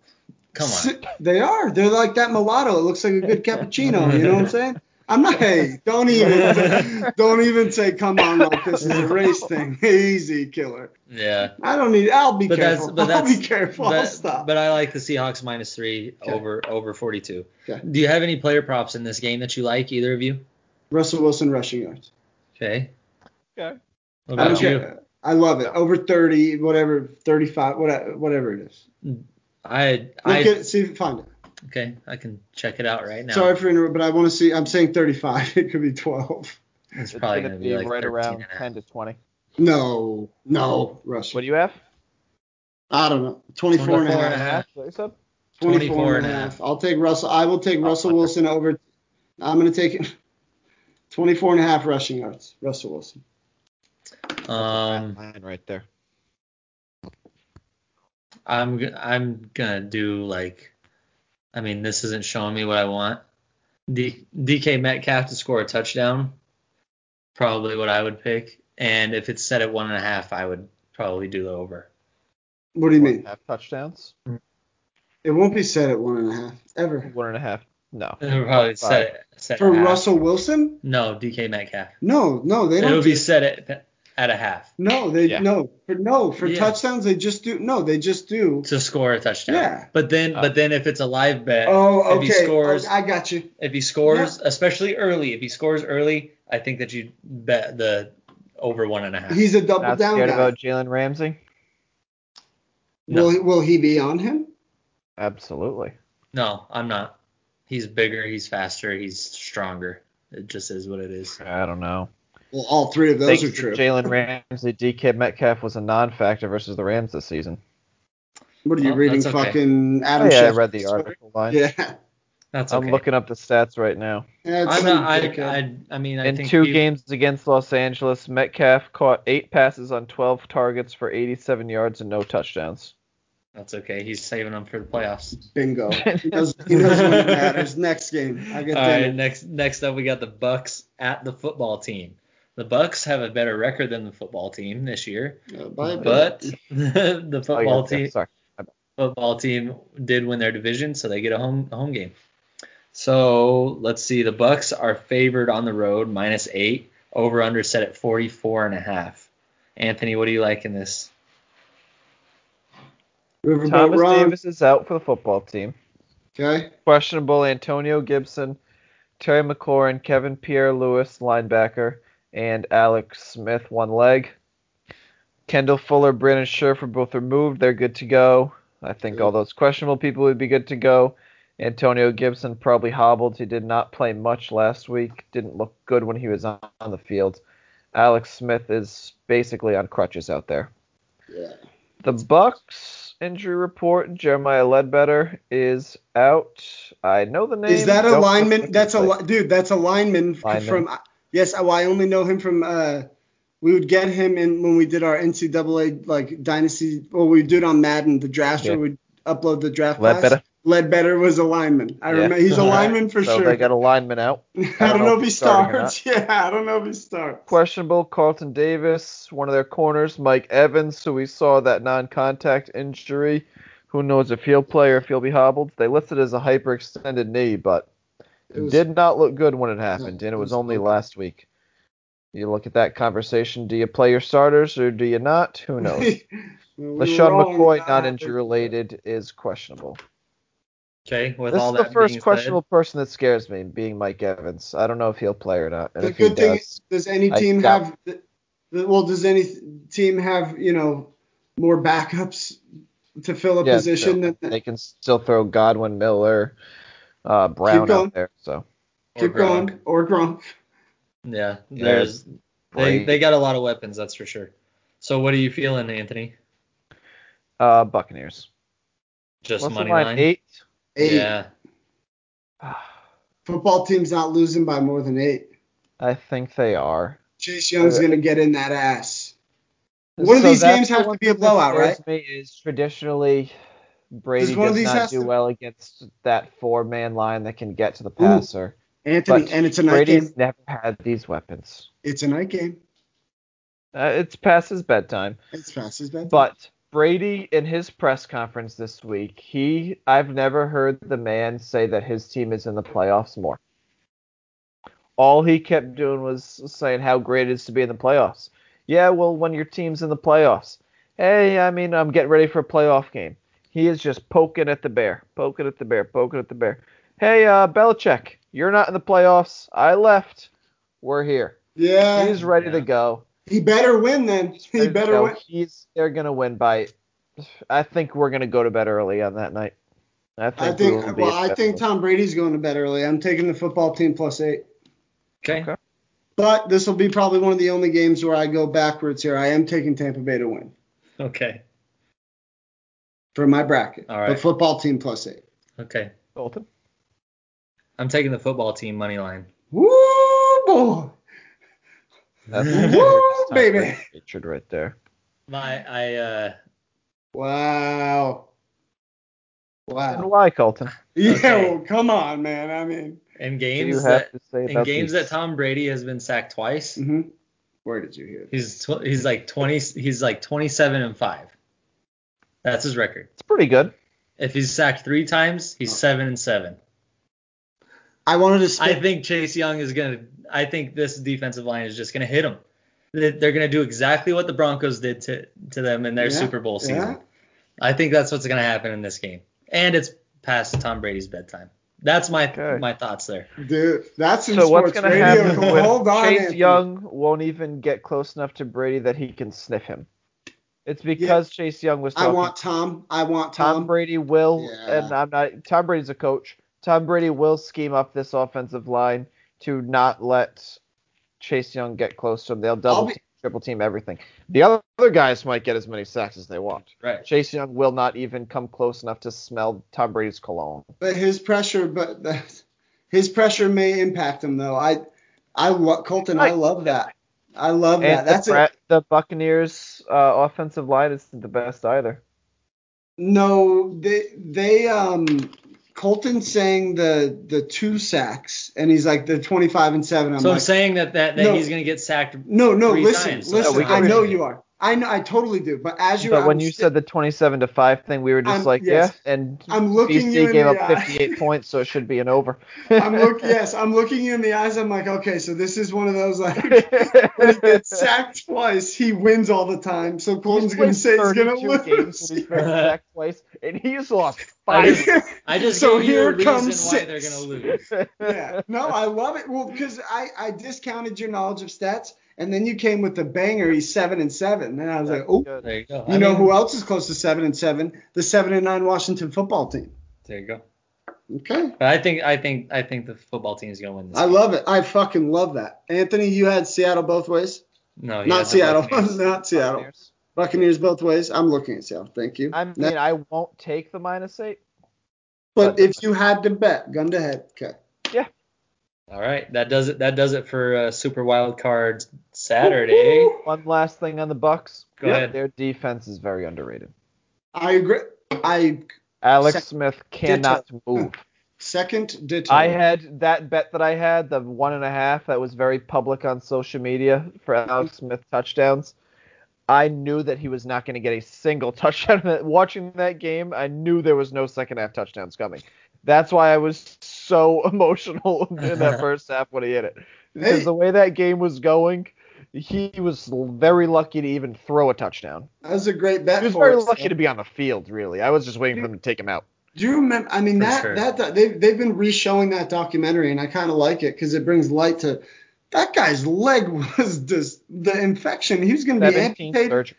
[SPEAKER 3] Come on.
[SPEAKER 2] S- They are. They're like that mulatto. It looks like a good cappuccino. You know what I'm saying? I'm not. Hey, don't even don't even say come on like this is a race thing. Easy killer.
[SPEAKER 3] Yeah.
[SPEAKER 2] I don't need. I'll be
[SPEAKER 3] But that's-
[SPEAKER 2] careful.
[SPEAKER 3] but
[SPEAKER 2] I'll
[SPEAKER 3] that's-
[SPEAKER 2] be careful. I'll
[SPEAKER 3] But,
[SPEAKER 2] stop.
[SPEAKER 3] but I like the Seahawks minus three
[SPEAKER 2] Okay.
[SPEAKER 3] over over 42.
[SPEAKER 2] Okay.
[SPEAKER 3] Do you have any player props in this game that you like, either of you?
[SPEAKER 2] Russell Wilson rushing yards.
[SPEAKER 3] Okay.
[SPEAKER 5] Okay.
[SPEAKER 3] What
[SPEAKER 2] I don't
[SPEAKER 3] about you?
[SPEAKER 2] care. I love it. Over 30, whatever, 35, whatever, whatever it is.
[SPEAKER 3] I
[SPEAKER 2] Look
[SPEAKER 3] I
[SPEAKER 2] at it, see if find it.
[SPEAKER 3] okay. I can check it out right now.
[SPEAKER 2] Sorry for interrupting, but I want to see. I'm saying 35. It could be 12.
[SPEAKER 5] It's
[SPEAKER 3] It's, probably
[SPEAKER 5] gonna
[SPEAKER 3] going to be, like
[SPEAKER 5] right
[SPEAKER 3] 13
[SPEAKER 5] around
[SPEAKER 3] and a half.
[SPEAKER 5] 10 to 20.
[SPEAKER 2] No, no, Russ.
[SPEAKER 5] What do you have?
[SPEAKER 2] I don't know. 24 and a
[SPEAKER 3] 24
[SPEAKER 2] half.
[SPEAKER 3] and a half.
[SPEAKER 5] What you said?
[SPEAKER 2] 24 and a half. I'll take Russell. I will
[SPEAKER 3] Oh,
[SPEAKER 2] take Russell Wilson over. I'm going to take 24 and a half rushing yards. Russell Wilson.
[SPEAKER 3] Um,
[SPEAKER 5] Line right there.
[SPEAKER 3] I'm g- I'm gonna do like, I mean, this isn't showing me what I want. D, DK Metcalf to score a touchdown, probably what I would pick. And if it's set at one and a half, I would probably do the over.
[SPEAKER 2] What do you
[SPEAKER 5] One
[SPEAKER 2] mean?
[SPEAKER 5] and a half touchdowns?
[SPEAKER 2] It won't be set at one and a half ever.
[SPEAKER 5] One and a half. No.
[SPEAKER 3] It'll probably set it set
[SPEAKER 2] For
[SPEAKER 3] at half.
[SPEAKER 2] Russell Wilson?
[SPEAKER 3] No, DK Metcalf.
[SPEAKER 2] No, no, they don't.
[SPEAKER 3] It'll be
[SPEAKER 2] do-
[SPEAKER 3] set at at a half
[SPEAKER 2] No, they
[SPEAKER 5] Yeah.
[SPEAKER 2] no for no for
[SPEAKER 3] Yeah.
[SPEAKER 2] touchdowns they just do no they just do.
[SPEAKER 3] to score a touchdown.
[SPEAKER 2] Yeah.
[SPEAKER 3] But then
[SPEAKER 5] Oh.
[SPEAKER 3] but then if it's a live bet,
[SPEAKER 2] Oh,
[SPEAKER 3] if
[SPEAKER 2] okay.
[SPEAKER 3] he scores,
[SPEAKER 2] Oh, I got you.
[SPEAKER 3] if he scores, especially early, if he scores early, I think that you bet the over one and a half.
[SPEAKER 2] He's a double
[SPEAKER 1] Not
[SPEAKER 2] down
[SPEAKER 1] scared
[SPEAKER 2] guy.
[SPEAKER 1] about Jalen Ramsey?
[SPEAKER 3] No.
[SPEAKER 2] Will he, will he be on him?
[SPEAKER 5] Absolutely.
[SPEAKER 3] No, I'm not. He's bigger, he's faster, he's stronger. It just is what it is.
[SPEAKER 5] I don't know.
[SPEAKER 2] Well, all three of those
[SPEAKER 5] Thanks
[SPEAKER 2] are
[SPEAKER 5] to
[SPEAKER 2] true.
[SPEAKER 5] Jalen Ramsey, DK Metcalf was a non-factor versus the Rams this season.
[SPEAKER 2] What are you
[SPEAKER 3] Oh,
[SPEAKER 2] reading?
[SPEAKER 3] that's okay.
[SPEAKER 2] Fucking Adam.
[SPEAKER 5] Oh, yeah, I
[SPEAKER 2] Schefter's
[SPEAKER 5] read the
[SPEAKER 2] story?
[SPEAKER 5] article line.
[SPEAKER 2] Yeah.
[SPEAKER 3] That's
[SPEAKER 5] I'm
[SPEAKER 3] okay.
[SPEAKER 5] looking up the stats right now.
[SPEAKER 2] That's
[SPEAKER 3] I'm not, I,
[SPEAKER 2] ridiculous.
[SPEAKER 3] I, I mean, I
[SPEAKER 5] In
[SPEAKER 3] think
[SPEAKER 5] two
[SPEAKER 3] he-
[SPEAKER 5] games against Los Angeles, Metcalf caught eight passes on 12 targets for 87 yards and no touchdowns.
[SPEAKER 3] That's okay. He's saving them for the playoffs.
[SPEAKER 2] Bingo. He knows, he knows when it matters. Next game. I
[SPEAKER 3] All
[SPEAKER 2] get
[SPEAKER 3] right.
[SPEAKER 2] dinner.
[SPEAKER 3] Next, next up, we got the Bucks at the football team. The Bucks have a better record than the football team this year,
[SPEAKER 2] Uh, bye, bye.
[SPEAKER 3] but the
[SPEAKER 5] Oh, yeah,
[SPEAKER 3] football
[SPEAKER 5] yeah,
[SPEAKER 3] team
[SPEAKER 5] Sorry.
[SPEAKER 3] football team did win their division, so they get a home a home game. So let's see. The Bucks are favored on the road, minus eight. Over under set at 44 and a half. Anthony, what do you like in this?
[SPEAKER 2] Riverboat
[SPEAKER 5] Thomas
[SPEAKER 2] Ron.
[SPEAKER 5] Davis is out for the football team.
[SPEAKER 2] Okay.
[SPEAKER 5] Questionable Antonio Gibson, Terry McLaurin, Kevin Pierre Lewis, linebacker, and Alex Smith, one leg. Kendall Fuller, Brandon Scherfer both removed. They're good to go. I think all those questionable people would be good to go. Antonio Gibson probably hobbled. He did not play much last week. Didn't look good when he was on on the field. Alex Smith is basically on crutches out there.
[SPEAKER 2] Yeah.
[SPEAKER 5] The Bucks injury report. Jeremiah Ledbetter is out. I know the name.
[SPEAKER 2] Is that a
[SPEAKER 5] Don't
[SPEAKER 2] lineman?
[SPEAKER 5] look
[SPEAKER 2] That's a
[SPEAKER 5] like-
[SPEAKER 2] li- dude. That's a lineman, f-
[SPEAKER 5] Lineman.
[SPEAKER 2] from. Yes, oh, I only know him from. Uh, we would get him in when we did our NCAA like dynasty. Well, we did on Madden the draft.
[SPEAKER 5] Yeah.
[SPEAKER 2] Or we'd upload the draft.
[SPEAKER 5] Ledbetter.
[SPEAKER 2] Class. Ledbetter was a lineman. I
[SPEAKER 5] Yeah.
[SPEAKER 2] remember he's a
[SPEAKER 3] All right.
[SPEAKER 2] lineman for
[SPEAKER 5] so
[SPEAKER 2] sure.
[SPEAKER 5] they got a lineman out.
[SPEAKER 2] I don't know if he
[SPEAKER 5] he's starting or
[SPEAKER 2] starts. Yeah, I don't know if he starts.
[SPEAKER 5] Questionable Carlton Davis, one of their corners, Mike Evans, who we saw that non-contact injury. Who knows if he'll play or if he'll be hobbled? They listed as a hyperextended knee, but
[SPEAKER 2] It was-
[SPEAKER 5] did not look good when it happened,
[SPEAKER 2] No,
[SPEAKER 5] and
[SPEAKER 2] it
[SPEAKER 5] it
[SPEAKER 2] was
[SPEAKER 5] was only
[SPEAKER 2] not
[SPEAKER 5] last week. You look at that conversation. Do you play your starters or do you not? Who knows?
[SPEAKER 2] Well, we
[SPEAKER 5] LaShawn
[SPEAKER 2] were wrong
[SPEAKER 5] McCoy,
[SPEAKER 2] about
[SPEAKER 5] not
[SPEAKER 2] that.
[SPEAKER 5] injury related, is questionable.
[SPEAKER 3] Okay, with
[SPEAKER 5] this
[SPEAKER 3] all
[SPEAKER 5] is the
[SPEAKER 3] that
[SPEAKER 5] first
[SPEAKER 3] being
[SPEAKER 5] questionable person that scares me, being Mike Evans. I don't know if he'll play or not. And
[SPEAKER 2] The
[SPEAKER 5] if he
[SPEAKER 2] good thing
[SPEAKER 5] does,
[SPEAKER 2] is, does any
[SPEAKER 5] I
[SPEAKER 2] team
[SPEAKER 5] doubt-
[SPEAKER 2] have? the- the- Well, does any th- team have you know more backups to fill a
[SPEAKER 5] yeah,
[SPEAKER 2] position?
[SPEAKER 5] no,
[SPEAKER 2] than that,
[SPEAKER 5] they can still throw Godwin, Miller, uh, Brown
[SPEAKER 2] going.
[SPEAKER 5] out there. So
[SPEAKER 3] said, or
[SPEAKER 2] keep going
[SPEAKER 3] Gronk.
[SPEAKER 2] or Gronk.
[SPEAKER 3] Yeah,
[SPEAKER 5] Yeah,
[SPEAKER 3] there's they,
[SPEAKER 5] Brady.
[SPEAKER 3] they got a lot of weapons, that's for sure. So what are you feeling, Anthony?
[SPEAKER 5] uh, Buccaneers.
[SPEAKER 3] Just
[SPEAKER 5] What's the
[SPEAKER 3] money
[SPEAKER 5] line? Eight.
[SPEAKER 2] Eight
[SPEAKER 3] Yeah,
[SPEAKER 2] football team's not losing by more than eight.
[SPEAKER 5] I think they are.
[SPEAKER 2] Chase Young's
[SPEAKER 5] Uh,
[SPEAKER 2] gonna get in that ass. One of
[SPEAKER 1] So
[SPEAKER 2] these
[SPEAKER 1] that's
[SPEAKER 2] games
[SPEAKER 1] the
[SPEAKER 2] have
[SPEAKER 1] one
[SPEAKER 2] to be a
[SPEAKER 1] thing that
[SPEAKER 2] blowout, right?
[SPEAKER 1] scares Me is traditionally Brady
[SPEAKER 2] Does one of
[SPEAKER 1] does
[SPEAKER 2] these
[SPEAKER 1] not
[SPEAKER 2] has
[SPEAKER 1] do
[SPEAKER 2] to-
[SPEAKER 1] well against that four-man line that can get to the passer.
[SPEAKER 2] Anthony,
[SPEAKER 1] But
[SPEAKER 2] and it's a night
[SPEAKER 1] Brady's
[SPEAKER 2] game.
[SPEAKER 1] never had these weapons.
[SPEAKER 2] It's a night game.
[SPEAKER 5] Uh, it's past his bedtime.
[SPEAKER 2] It's fast as that.
[SPEAKER 5] But Brady, in his press conference this week, he I've never heard the man say that his team is in the playoffs more. All he kept doing was saying how great it is to be in the playoffs. Yeah, well, when your team's in the playoffs, hey, I mean, I'm getting ready for a playoff game. He is just poking at the bear, poking at the bear, poking at the bear. Hey, uh, Belichick, you're not in the playoffs. I left. We're here.
[SPEAKER 2] yeah,
[SPEAKER 5] He's ready to
[SPEAKER 3] Yeah.
[SPEAKER 5] go.
[SPEAKER 2] he better win then. He
[SPEAKER 5] There's
[SPEAKER 2] better
[SPEAKER 5] no-
[SPEAKER 2] win.
[SPEAKER 5] He's they're gonna win by. I think we're gonna go to bed early on that night. I think.
[SPEAKER 2] I
[SPEAKER 5] we
[SPEAKER 2] think.
[SPEAKER 5] will be
[SPEAKER 2] Well,
[SPEAKER 5] at
[SPEAKER 2] I
[SPEAKER 5] bed
[SPEAKER 2] think
[SPEAKER 5] early.
[SPEAKER 2] Tom Brady's going to bed early. I'm taking the football team plus eight.
[SPEAKER 3] Okay.
[SPEAKER 5] Okay.
[SPEAKER 2] But this will be probably one of the only games where I go backwards here. I am taking Tampa Bay to win
[SPEAKER 3] Okay.
[SPEAKER 2] for my bracket.
[SPEAKER 3] All right.
[SPEAKER 2] The football team plus eight.
[SPEAKER 3] Okay.
[SPEAKER 5] Bolton.
[SPEAKER 3] I'm taking the football team money line.
[SPEAKER 2] Woo boy.
[SPEAKER 5] That's
[SPEAKER 2] Woo,
[SPEAKER 5] Tom
[SPEAKER 2] baby.
[SPEAKER 5] Brady Richard right there.
[SPEAKER 3] My I uh
[SPEAKER 2] Wow.
[SPEAKER 5] And
[SPEAKER 2] Wow.
[SPEAKER 5] why, Colton?
[SPEAKER 2] Yeah,
[SPEAKER 3] Okay.
[SPEAKER 2] well, come on, man. I mean,
[SPEAKER 3] in
[SPEAKER 5] What do you
[SPEAKER 3] games that
[SPEAKER 5] have to say
[SPEAKER 3] in
[SPEAKER 5] about
[SPEAKER 3] games
[SPEAKER 5] these?
[SPEAKER 3] that Tom Brady has been sacked twice.
[SPEAKER 2] hmm where did you hear this?
[SPEAKER 3] He's tw- he's like 20 he's like 27 and 5. That's his record.
[SPEAKER 5] It's pretty good.
[SPEAKER 3] If he's sacked 3 times, he's 7 and 7.
[SPEAKER 2] I wanted to skip.
[SPEAKER 3] I think Chase Young is going to I think this defensive line is just going to hit him. They- They're going to do exactly what the Broncos did to to them in their
[SPEAKER 2] Yeah,
[SPEAKER 3] Super Bowl season.
[SPEAKER 2] yeah.
[SPEAKER 3] I think that's what's going to happen in this game. And it's past Tom Brady's bedtime. That's my
[SPEAKER 5] Okay.
[SPEAKER 3] my thoughts there.
[SPEAKER 2] Dude, that's in
[SPEAKER 5] So what's
[SPEAKER 2] sports
[SPEAKER 5] gonna
[SPEAKER 2] radio.
[SPEAKER 5] happen
[SPEAKER 2] Come-
[SPEAKER 5] when
[SPEAKER 2] Hold on,
[SPEAKER 5] Chase
[SPEAKER 2] Anthony.
[SPEAKER 5] Young won't even get close enough to Brady that he can sniff him? It's because Chase Young was
[SPEAKER 2] I
[SPEAKER 5] talking.
[SPEAKER 2] want Tom. I want
[SPEAKER 5] Tom,
[SPEAKER 2] Tom.
[SPEAKER 5] Brady will,
[SPEAKER 2] Um, Yeah.
[SPEAKER 5] and I'm not. Tom Brady's a coach. Tom Brady will scheme up this offensive line to not let Chase Young get close to him. They'll double,
[SPEAKER 2] be-
[SPEAKER 5] team, triple team everything. The other other guys might get as many sacks as they want.
[SPEAKER 3] Right.
[SPEAKER 5] Chase Young will not even come close enough to smell Tom Brady's cologne.
[SPEAKER 2] But his pressure, but that, his pressure may impact him though. I, I love Colton. I love that. I love that.
[SPEAKER 5] and
[SPEAKER 2] Oh, That's
[SPEAKER 5] the,
[SPEAKER 2] it.
[SPEAKER 5] Bra- the Buccaneers' uh, offensive line isn't the best either.
[SPEAKER 2] No, they they um Colton sang the the two sacks and he's like the 25 and 7. I'm
[SPEAKER 3] so I'm
[SPEAKER 2] like
[SPEAKER 3] saying that that, that
[SPEAKER 2] No.
[SPEAKER 3] he's going to get sacked.
[SPEAKER 2] No, no,
[SPEAKER 3] three
[SPEAKER 2] listen.
[SPEAKER 3] times.
[SPEAKER 2] Listen,
[SPEAKER 5] No, we
[SPEAKER 2] I
[SPEAKER 5] can-
[SPEAKER 2] know you are. I know I totally do, but as you
[SPEAKER 5] but
[SPEAKER 2] I
[SPEAKER 5] when
[SPEAKER 2] was
[SPEAKER 5] you
[SPEAKER 2] sit-
[SPEAKER 5] said the 27 to five thing, we were just
[SPEAKER 2] I'm-
[SPEAKER 5] like,
[SPEAKER 2] yes.
[SPEAKER 5] yeah, and
[SPEAKER 2] I'm looking you
[SPEAKER 5] BC
[SPEAKER 2] in
[SPEAKER 5] gave
[SPEAKER 2] the
[SPEAKER 5] up
[SPEAKER 2] eye.
[SPEAKER 5] 58 points, so it should be an over.
[SPEAKER 2] I'm look yes, I'm looking you in the eyes. I'm like, okay, so this is one of those like when he gets sacked twice, he wins all the time. So Colton's gonna say he's gonna lose.
[SPEAKER 5] place, and he's lost
[SPEAKER 3] I
[SPEAKER 5] five.
[SPEAKER 3] just, I just
[SPEAKER 2] So
[SPEAKER 3] gave you
[SPEAKER 2] here
[SPEAKER 3] a reason
[SPEAKER 2] comes
[SPEAKER 3] why
[SPEAKER 2] six.
[SPEAKER 3] they're going to lose.
[SPEAKER 2] yeah. No, I love it. Well, because I, I discounted your knowledge of stats, and then you came with the banger. He's seven and seven. And I was like, oh,
[SPEAKER 5] Good.
[SPEAKER 3] There you go.
[SPEAKER 2] you know who else is close to seven and seven? The seven and nine Washington football team.
[SPEAKER 3] There you go.
[SPEAKER 2] Okay.
[SPEAKER 3] But I think I think I think the football team is going to win this.
[SPEAKER 2] I
[SPEAKER 3] game.
[SPEAKER 2] love it. I fucking love that. Anthony, you had Seattle both ways.
[SPEAKER 5] Oh,
[SPEAKER 3] No, he
[SPEAKER 2] Not
[SPEAKER 3] has the
[SPEAKER 2] Seattle.
[SPEAKER 3] Buccaneers.
[SPEAKER 2] Not Seattle. Buccaneers both ways. I'm looking at Seattle. Thank you.
[SPEAKER 5] I mean, I won't take the minus eight.
[SPEAKER 2] but if you had to bet, gun to head. Okay.
[SPEAKER 3] All right, that does it. That does it for uh, Super Wild Card Saturday.
[SPEAKER 5] One last thing on the Bucks.
[SPEAKER 3] Go ahead.
[SPEAKER 5] Their defense is very underrated.
[SPEAKER 2] I agree. I
[SPEAKER 5] Alex
[SPEAKER 2] Sec-
[SPEAKER 5] Smith cannot move.
[SPEAKER 2] second ditto.
[SPEAKER 5] I had that bet that I had, the one and a half that was very public on social media for Alex
[SPEAKER 2] Mm-hmm.
[SPEAKER 5] Smith touchdowns. I knew that he was not going to get a single touchdown. Watching that game, I knew there was no second half touchdowns coming. That's why I was so emotional in that first half when he hit it. Because
[SPEAKER 2] Hey.
[SPEAKER 5] the way that game was going, he was very lucky to even throw a touchdown.
[SPEAKER 2] that was a great
[SPEAKER 5] He
[SPEAKER 2] bet.
[SPEAKER 5] was
[SPEAKER 2] for
[SPEAKER 5] very
[SPEAKER 2] us.
[SPEAKER 5] lucky to be on the field, really. I was just waiting for them to take him out.
[SPEAKER 2] Do you remember? I mean,
[SPEAKER 3] For
[SPEAKER 2] that,
[SPEAKER 3] sure.
[SPEAKER 2] that that they've they've been re-showing that documentary, and I kind of like it because it brings light to that guy's leg was just the infection. He was going to be
[SPEAKER 5] 17
[SPEAKER 2] amputated.
[SPEAKER 5] surgeries.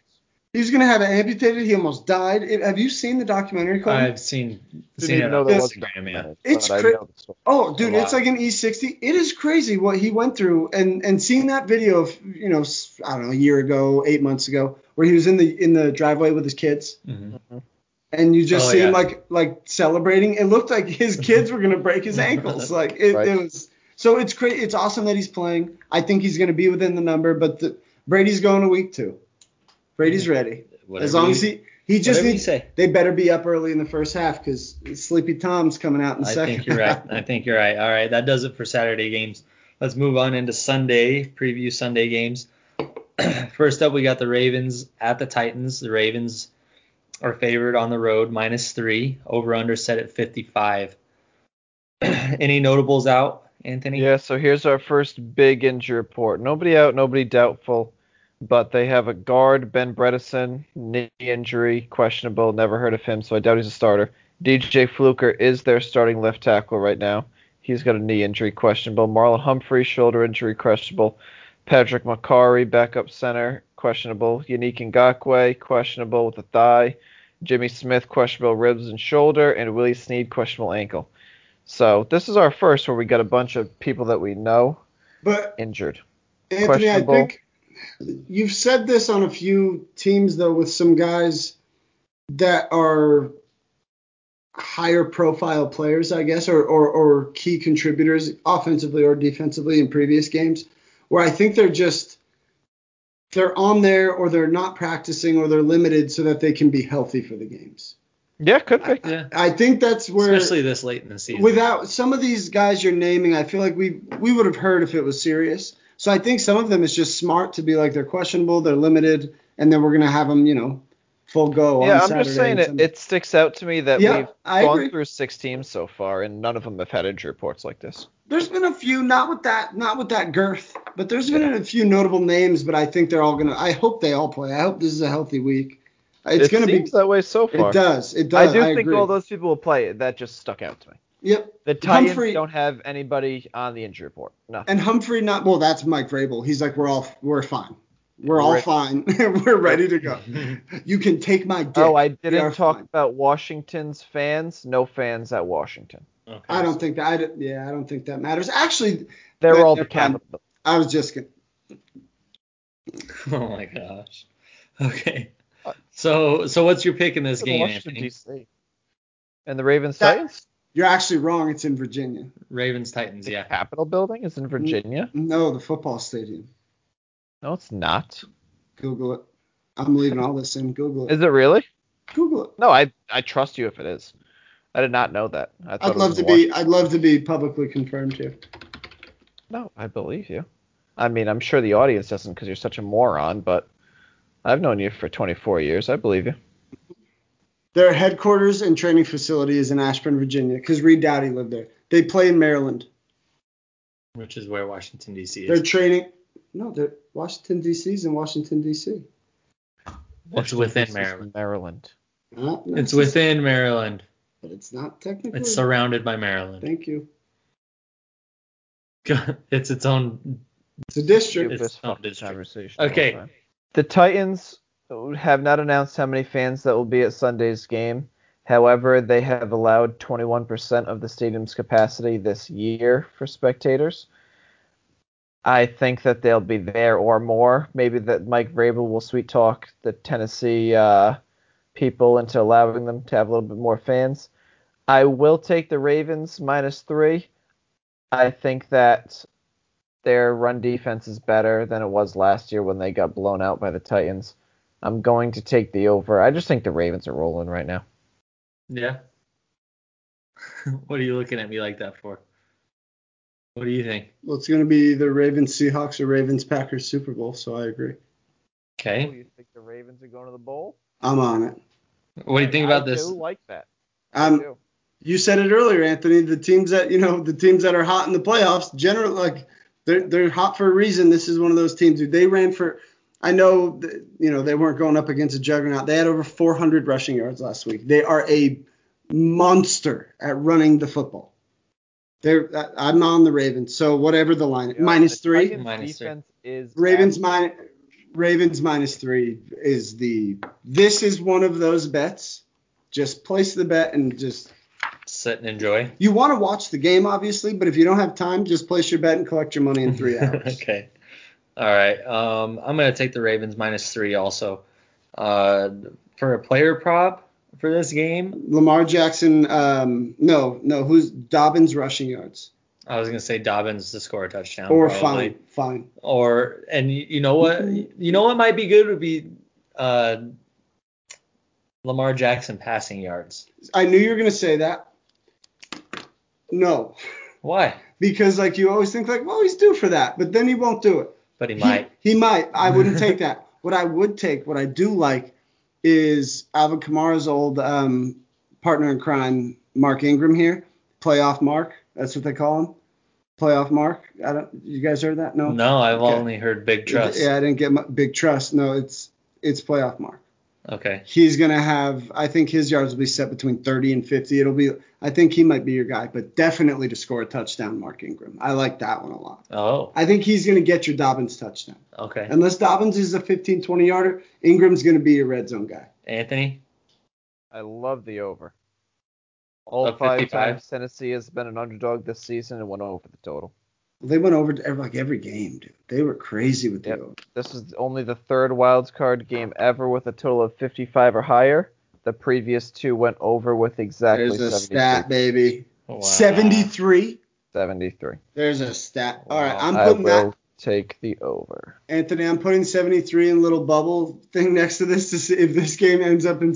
[SPEAKER 2] He was going to have it amputated. He almost died. It- have you seen the documentary? Colton?
[SPEAKER 3] I've seen
[SPEAKER 5] Didn't
[SPEAKER 3] seen
[SPEAKER 5] even
[SPEAKER 3] it
[SPEAKER 5] know
[SPEAKER 3] on
[SPEAKER 5] there
[SPEAKER 2] Yes.
[SPEAKER 5] was a
[SPEAKER 3] Instagram. Yeah.
[SPEAKER 5] documentary,
[SPEAKER 2] It's
[SPEAKER 5] but I
[SPEAKER 2] cra-
[SPEAKER 5] know the story.
[SPEAKER 2] Oh, dude,
[SPEAKER 3] a
[SPEAKER 2] it's
[SPEAKER 3] lot.
[SPEAKER 2] like an E60. It is crazy what he went through, and and seeing that video of you know s- I don't know a year ago, eight months ago, where he was in the in the driveway with his kids,
[SPEAKER 3] Mhm.
[SPEAKER 2] and you just
[SPEAKER 3] Oh,
[SPEAKER 2] see him
[SPEAKER 3] yeah.
[SPEAKER 2] like like celebrating. It looked like his kids were gonna break his ankles. Like it,
[SPEAKER 5] Right.
[SPEAKER 2] it was. So it's great. It's awesome that he's playing. I think he's gonna be within the number, but the, Brady's going to week two. Brady's ready.
[SPEAKER 3] Mm-hmm. Whatever
[SPEAKER 2] as long
[SPEAKER 3] you-
[SPEAKER 2] as he he just
[SPEAKER 3] whatever you
[SPEAKER 2] needs.
[SPEAKER 3] say.
[SPEAKER 2] They better be up early in the first half because Sleepy Tom's coming out in the
[SPEAKER 3] I
[SPEAKER 2] second.
[SPEAKER 3] think you're right.
[SPEAKER 2] half.
[SPEAKER 3] I think you're right. All right, that does it for Saturday games. Let's move on into Sunday preview Sunday games. First up, we got the Ravens at the Titans. The Ravens are favored on the road minus three. Over under set at 55. Any notables out, Anthony?
[SPEAKER 5] Yeah, so here's our first big injury report. Nobody out, nobody doubtful, but they have a guard, Ben Bredesen, knee injury, questionable, never heard of him, so I doubt he's a starter. DJ Fluker is their starting left tackle right now. He's got a knee injury, questionable. Marlon Humphrey, shoulder injury, questionable. Patrick McCary, backup center, questionable. Yannick Ngakwe, questionable with a thigh. Jimmy Smith, questionable ribs and shoulder. And Willie Sneed, questionable ankle. So this is our first where we got a bunch of people that we know
[SPEAKER 2] But
[SPEAKER 5] injured.
[SPEAKER 2] Anthony, I
[SPEAKER 5] Questionable.
[SPEAKER 2] think you've said this on a few teams though with some guys that are higher profile players, I guess, or, or, or key contributors offensively or defensively in previous games, where I think they're just they're on there or they're not practicing or they're limited so that they can be healthy for the games.
[SPEAKER 5] Yeah, could be.
[SPEAKER 3] Yeah.
[SPEAKER 2] I think that's where
[SPEAKER 3] Especially this late in the season.
[SPEAKER 2] without some of these guys you're naming, I feel like we we would have heard if it was serious. So I think some of them is just smart to be like they're questionable, they're limited, and then we're gonna have them, you know, full go.
[SPEAKER 5] Yeah,
[SPEAKER 2] on
[SPEAKER 5] I'm
[SPEAKER 2] Saturday
[SPEAKER 5] just saying
[SPEAKER 2] and
[SPEAKER 5] it,
[SPEAKER 2] Sunday.
[SPEAKER 5] it sticks out to me that
[SPEAKER 2] Yeah,
[SPEAKER 5] we've
[SPEAKER 2] I
[SPEAKER 5] gone
[SPEAKER 2] agree.
[SPEAKER 5] through six teams so far and none of them have had injury reports like this.
[SPEAKER 2] There's been a few, not with that, not with that girth, but there's been a few notable names. But I think they're all gonna. I hope they all play. I hope this is a healthy week. It's
[SPEAKER 5] it
[SPEAKER 2] gonna
[SPEAKER 5] seems
[SPEAKER 2] be.
[SPEAKER 5] that way so far.
[SPEAKER 2] It does. It does.
[SPEAKER 5] I do think
[SPEAKER 2] agree.
[SPEAKER 5] all those people will play. That just stuck out to me.
[SPEAKER 2] Yep.
[SPEAKER 5] The Titans
[SPEAKER 2] Humphrey-
[SPEAKER 5] don't have anybody on the injury report. Nothing.
[SPEAKER 2] And Humphrey, not well. That's Mike Vrabel. He's like, we're all, we're fine. We're all
[SPEAKER 5] Right.
[SPEAKER 2] fine. we're ready to go. You can take my dick.
[SPEAKER 5] oh, I
[SPEAKER 2] We are
[SPEAKER 5] didn't talk
[SPEAKER 2] fine.
[SPEAKER 5] about Washington's fans. No fans at Washington.
[SPEAKER 3] Okay.
[SPEAKER 2] I don't think that. I don't- yeah, I don't think that matters. Actually,
[SPEAKER 5] They're
[SPEAKER 2] But
[SPEAKER 5] all
[SPEAKER 2] they're
[SPEAKER 5] the
[SPEAKER 2] fine.
[SPEAKER 5] capital.
[SPEAKER 2] I was just gonna.
[SPEAKER 3] Oh my gosh. Okay. So so what's your pick in this game,
[SPEAKER 5] Washington,
[SPEAKER 3] Anthony?
[SPEAKER 5] D.C. And the Ravens
[SPEAKER 2] That-
[SPEAKER 5] Titans?
[SPEAKER 2] You're actually wrong. It's in Virginia.
[SPEAKER 3] Ravens Titans.
[SPEAKER 5] The
[SPEAKER 3] Yeah.
[SPEAKER 5] Capitol building is in Virginia.
[SPEAKER 2] No, the football stadium.
[SPEAKER 5] No, it's not.
[SPEAKER 2] Google it. I'm leaving all this in. Google it.
[SPEAKER 5] Is it really?
[SPEAKER 2] Google it.
[SPEAKER 5] No, I I trust you if it is. I did not know that. I thought
[SPEAKER 2] I'd
[SPEAKER 5] it
[SPEAKER 2] love
[SPEAKER 5] was
[SPEAKER 2] to
[SPEAKER 5] in
[SPEAKER 2] be. I'd love to be publicly confirmed here.
[SPEAKER 5] Wash- No, I believe you. I mean, I'm sure the audience doesn't because you're such a moron, but I've known you for 24 years. I believe you.
[SPEAKER 2] Their headquarters and training facility is in Ashburn, Virginia, because Reed Dowdy lived there. They play in Maryland.
[SPEAKER 3] Which is where Washington D.C.
[SPEAKER 2] They're
[SPEAKER 3] is.
[SPEAKER 2] training. No, they're Washington D.C. is in Washington D.C.
[SPEAKER 3] It's within
[SPEAKER 5] This is
[SPEAKER 3] Maryland.
[SPEAKER 5] Maryland.
[SPEAKER 2] Not
[SPEAKER 3] It's
[SPEAKER 2] Massachusetts,
[SPEAKER 3] within Maryland.
[SPEAKER 2] But it's not technically.
[SPEAKER 3] It's surrounded by Maryland.
[SPEAKER 2] Thank you.
[SPEAKER 3] It's its own.
[SPEAKER 2] It's a district.
[SPEAKER 5] Stupidest
[SPEAKER 3] not
[SPEAKER 5] fucking
[SPEAKER 3] district.
[SPEAKER 5] conversation of all
[SPEAKER 3] Okay.
[SPEAKER 5] time. The Titans have not announced how many fans that will be at Sunday's game. However, they have allowed 21% of the stadium's capacity this year for spectators. I think that they'll be there or more. Maybe that Mike Vrabel will sweet talk the Tennessee uh, people into allowing them to have a little bit more fans. I will take the Ravens minus three. I think that their run defense is better than it was last year when they got blown out by the Titans. I'm going to take the over. I just think the Ravens are rolling right now.
[SPEAKER 3] Yeah. what are you looking at me like that for? What do you think?
[SPEAKER 2] Well, it's going to be either Ravens Seahawks or Ravens Packers Super Bowl, so I agree.
[SPEAKER 3] Okay.
[SPEAKER 5] you think the Ravens are going to the bowl?
[SPEAKER 2] I'm on it.
[SPEAKER 3] What do you think about
[SPEAKER 5] I
[SPEAKER 3] this?
[SPEAKER 5] do like that. I
[SPEAKER 2] Um,
[SPEAKER 5] do.
[SPEAKER 2] you said it earlier, Anthony. The teams that you know, the teams that are hot in the playoffs, generally like they're they're hot for a reason. This is one of those teams. Dude, they ran for. I know that, you know they weren't going up against a juggernaut. They had over 400 rushing yards last week. They are a monster at running the football. They're I- I'm on the Ravens. So whatever the line, minus
[SPEAKER 5] The
[SPEAKER 2] three.
[SPEAKER 5] Titans
[SPEAKER 3] Minus three.
[SPEAKER 5] defense is
[SPEAKER 2] Ravens
[SPEAKER 5] bad.
[SPEAKER 2] minus Ravens minus three is the this is one of those bets. Just place the bet and just
[SPEAKER 3] Sit and enjoy.
[SPEAKER 2] you want to watch the game obviously, but if you don't have time, just place your bet and collect your money in three hours.
[SPEAKER 3] okay. All right. Um, I'm gonna take the Ravens minus three also. Uh, for a player prop for this game,
[SPEAKER 2] Lamar Jackson, um, no, no, who's Dobbins rushing yards
[SPEAKER 3] I was gonna say Dobbins to score a touchdown.
[SPEAKER 2] or
[SPEAKER 3] Oh, probably.
[SPEAKER 2] fine, Mm-hmm. fine.
[SPEAKER 3] Or and you, you know what? You know what might be good would be uh, Lamar Jackson passing yards.
[SPEAKER 2] I knew you were gonna say that. No,
[SPEAKER 3] Why?
[SPEAKER 2] because like you always think like, well, he's due for that, but then he won't do it.
[SPEAKER 3] But he might.
[SPEAKER 2] He, he might. I wouldn't take that. What I would take, what I do like, is Alvin Kamara's old um, partner in crime, Mark Ingram here. Playoff Mark. That's what they call him. Playoff Mark. I don't. You guys heard that? No.
[SPEAKER 3] No, I've
[SPEAKER 2] Okay.
[SPEAKER 3] only heard Big Trust.
[SPEAKER 2] Yeah, I didn't get my, big trust. No, it's it's playoff Mark.
[SPEAKER 3] Okay.
[SPEAKER 2] He's gonna have. I think his yards will be set between 30 and 50. It'll be. I think he might be your guy, but definitely to score a touchdown, Mark Ingram. I like that one a lot.
[SPEAKER 3] Oh,
[SPEAKER 2] I think he's gonna get your Dobbins touchdown.
[SPEAKER 3] okay.
[SPEAKER 2] Unless Dobbins is a 15, 20 yarder, Ingram's going to be a red zone guy.
[SPEAKER 3] Anthony?
[SPEAKER 5] I love the over. All
[SPEAKER 3] Up
[SPEAKER 5] five
[SPEAKER 3] 55.
[SPEAKER 5] times Tennessee has been an underdog this season and went over the total.
[SPEAKER 2] They went over to every, like every game, dude. They were crazy with the
[SPEAKER 5] Yep.
[SPEAKER 2] over.
[SPEAKER 5] This is only the third wild card game ever with a total of 55 or higher. The previous two went over with exactly
[SPEAKER 2] There's a
[SPEAKER 5] 73.
[SPEAKER 2] stat, baby.
[SPEAKER 3] Wow.
[SPEAKER 2] 73.
[SPEAKER 5] 73.
[SPEAKER 2] There's a stat. All right,
[SPEAKER 3] Wow.
[SPEAKER 2] I'm
[SPEAKER 5] I
[SPEAKER 2] putting
[SPEAKER 5] will
[SPEAKER 2] that,
[SPEAKER 5] take the over.
[SPEAKER 2] Anthony. I'm putting 73 in little bubble thing next to this to see if this game ends up in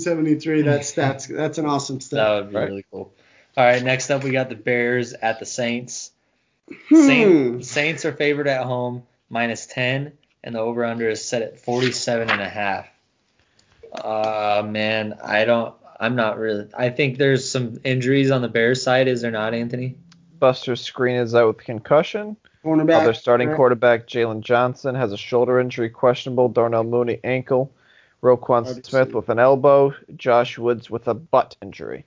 [SPEAKER 2] 73. That's that's that's an awesome
[SPEAKER 3] That
[SPEAKER 2] stat.
[SPEAKER 3] would be
[SPEAKER 5] Right.
[SPEAKER 3] really cool. All right, next up we got the Bears at the Saints.
[SPEAKER 2] Hmm.
[SPEAKER 3] Saints, Saints are favored at home minus 10, and the over under is set at 47 and a half. Uh, man, I don't. I'm not really. I think there's some injuries on the Bears side, is there not, Anthony?
[SPEAKER 5] Buster Screen is out with concussion.
[SPEAKER 2] Cornerback.
[SPEAKER 5] Other starting
[SPEAKER 2] right?
[SPEAKER 5] quarterback Jalen Johnson has a shoulder injury questionable. Darnell Mooney ankle.
[SPEAKER 2] Hard
[SPEAKER 5] Roquan
[SPEAKER 2] to
[SPEAKER 5] Smith
[SPEAKER 2] see.
[SPEAKER 5] with an elbow. Josh Woods with a butt injury.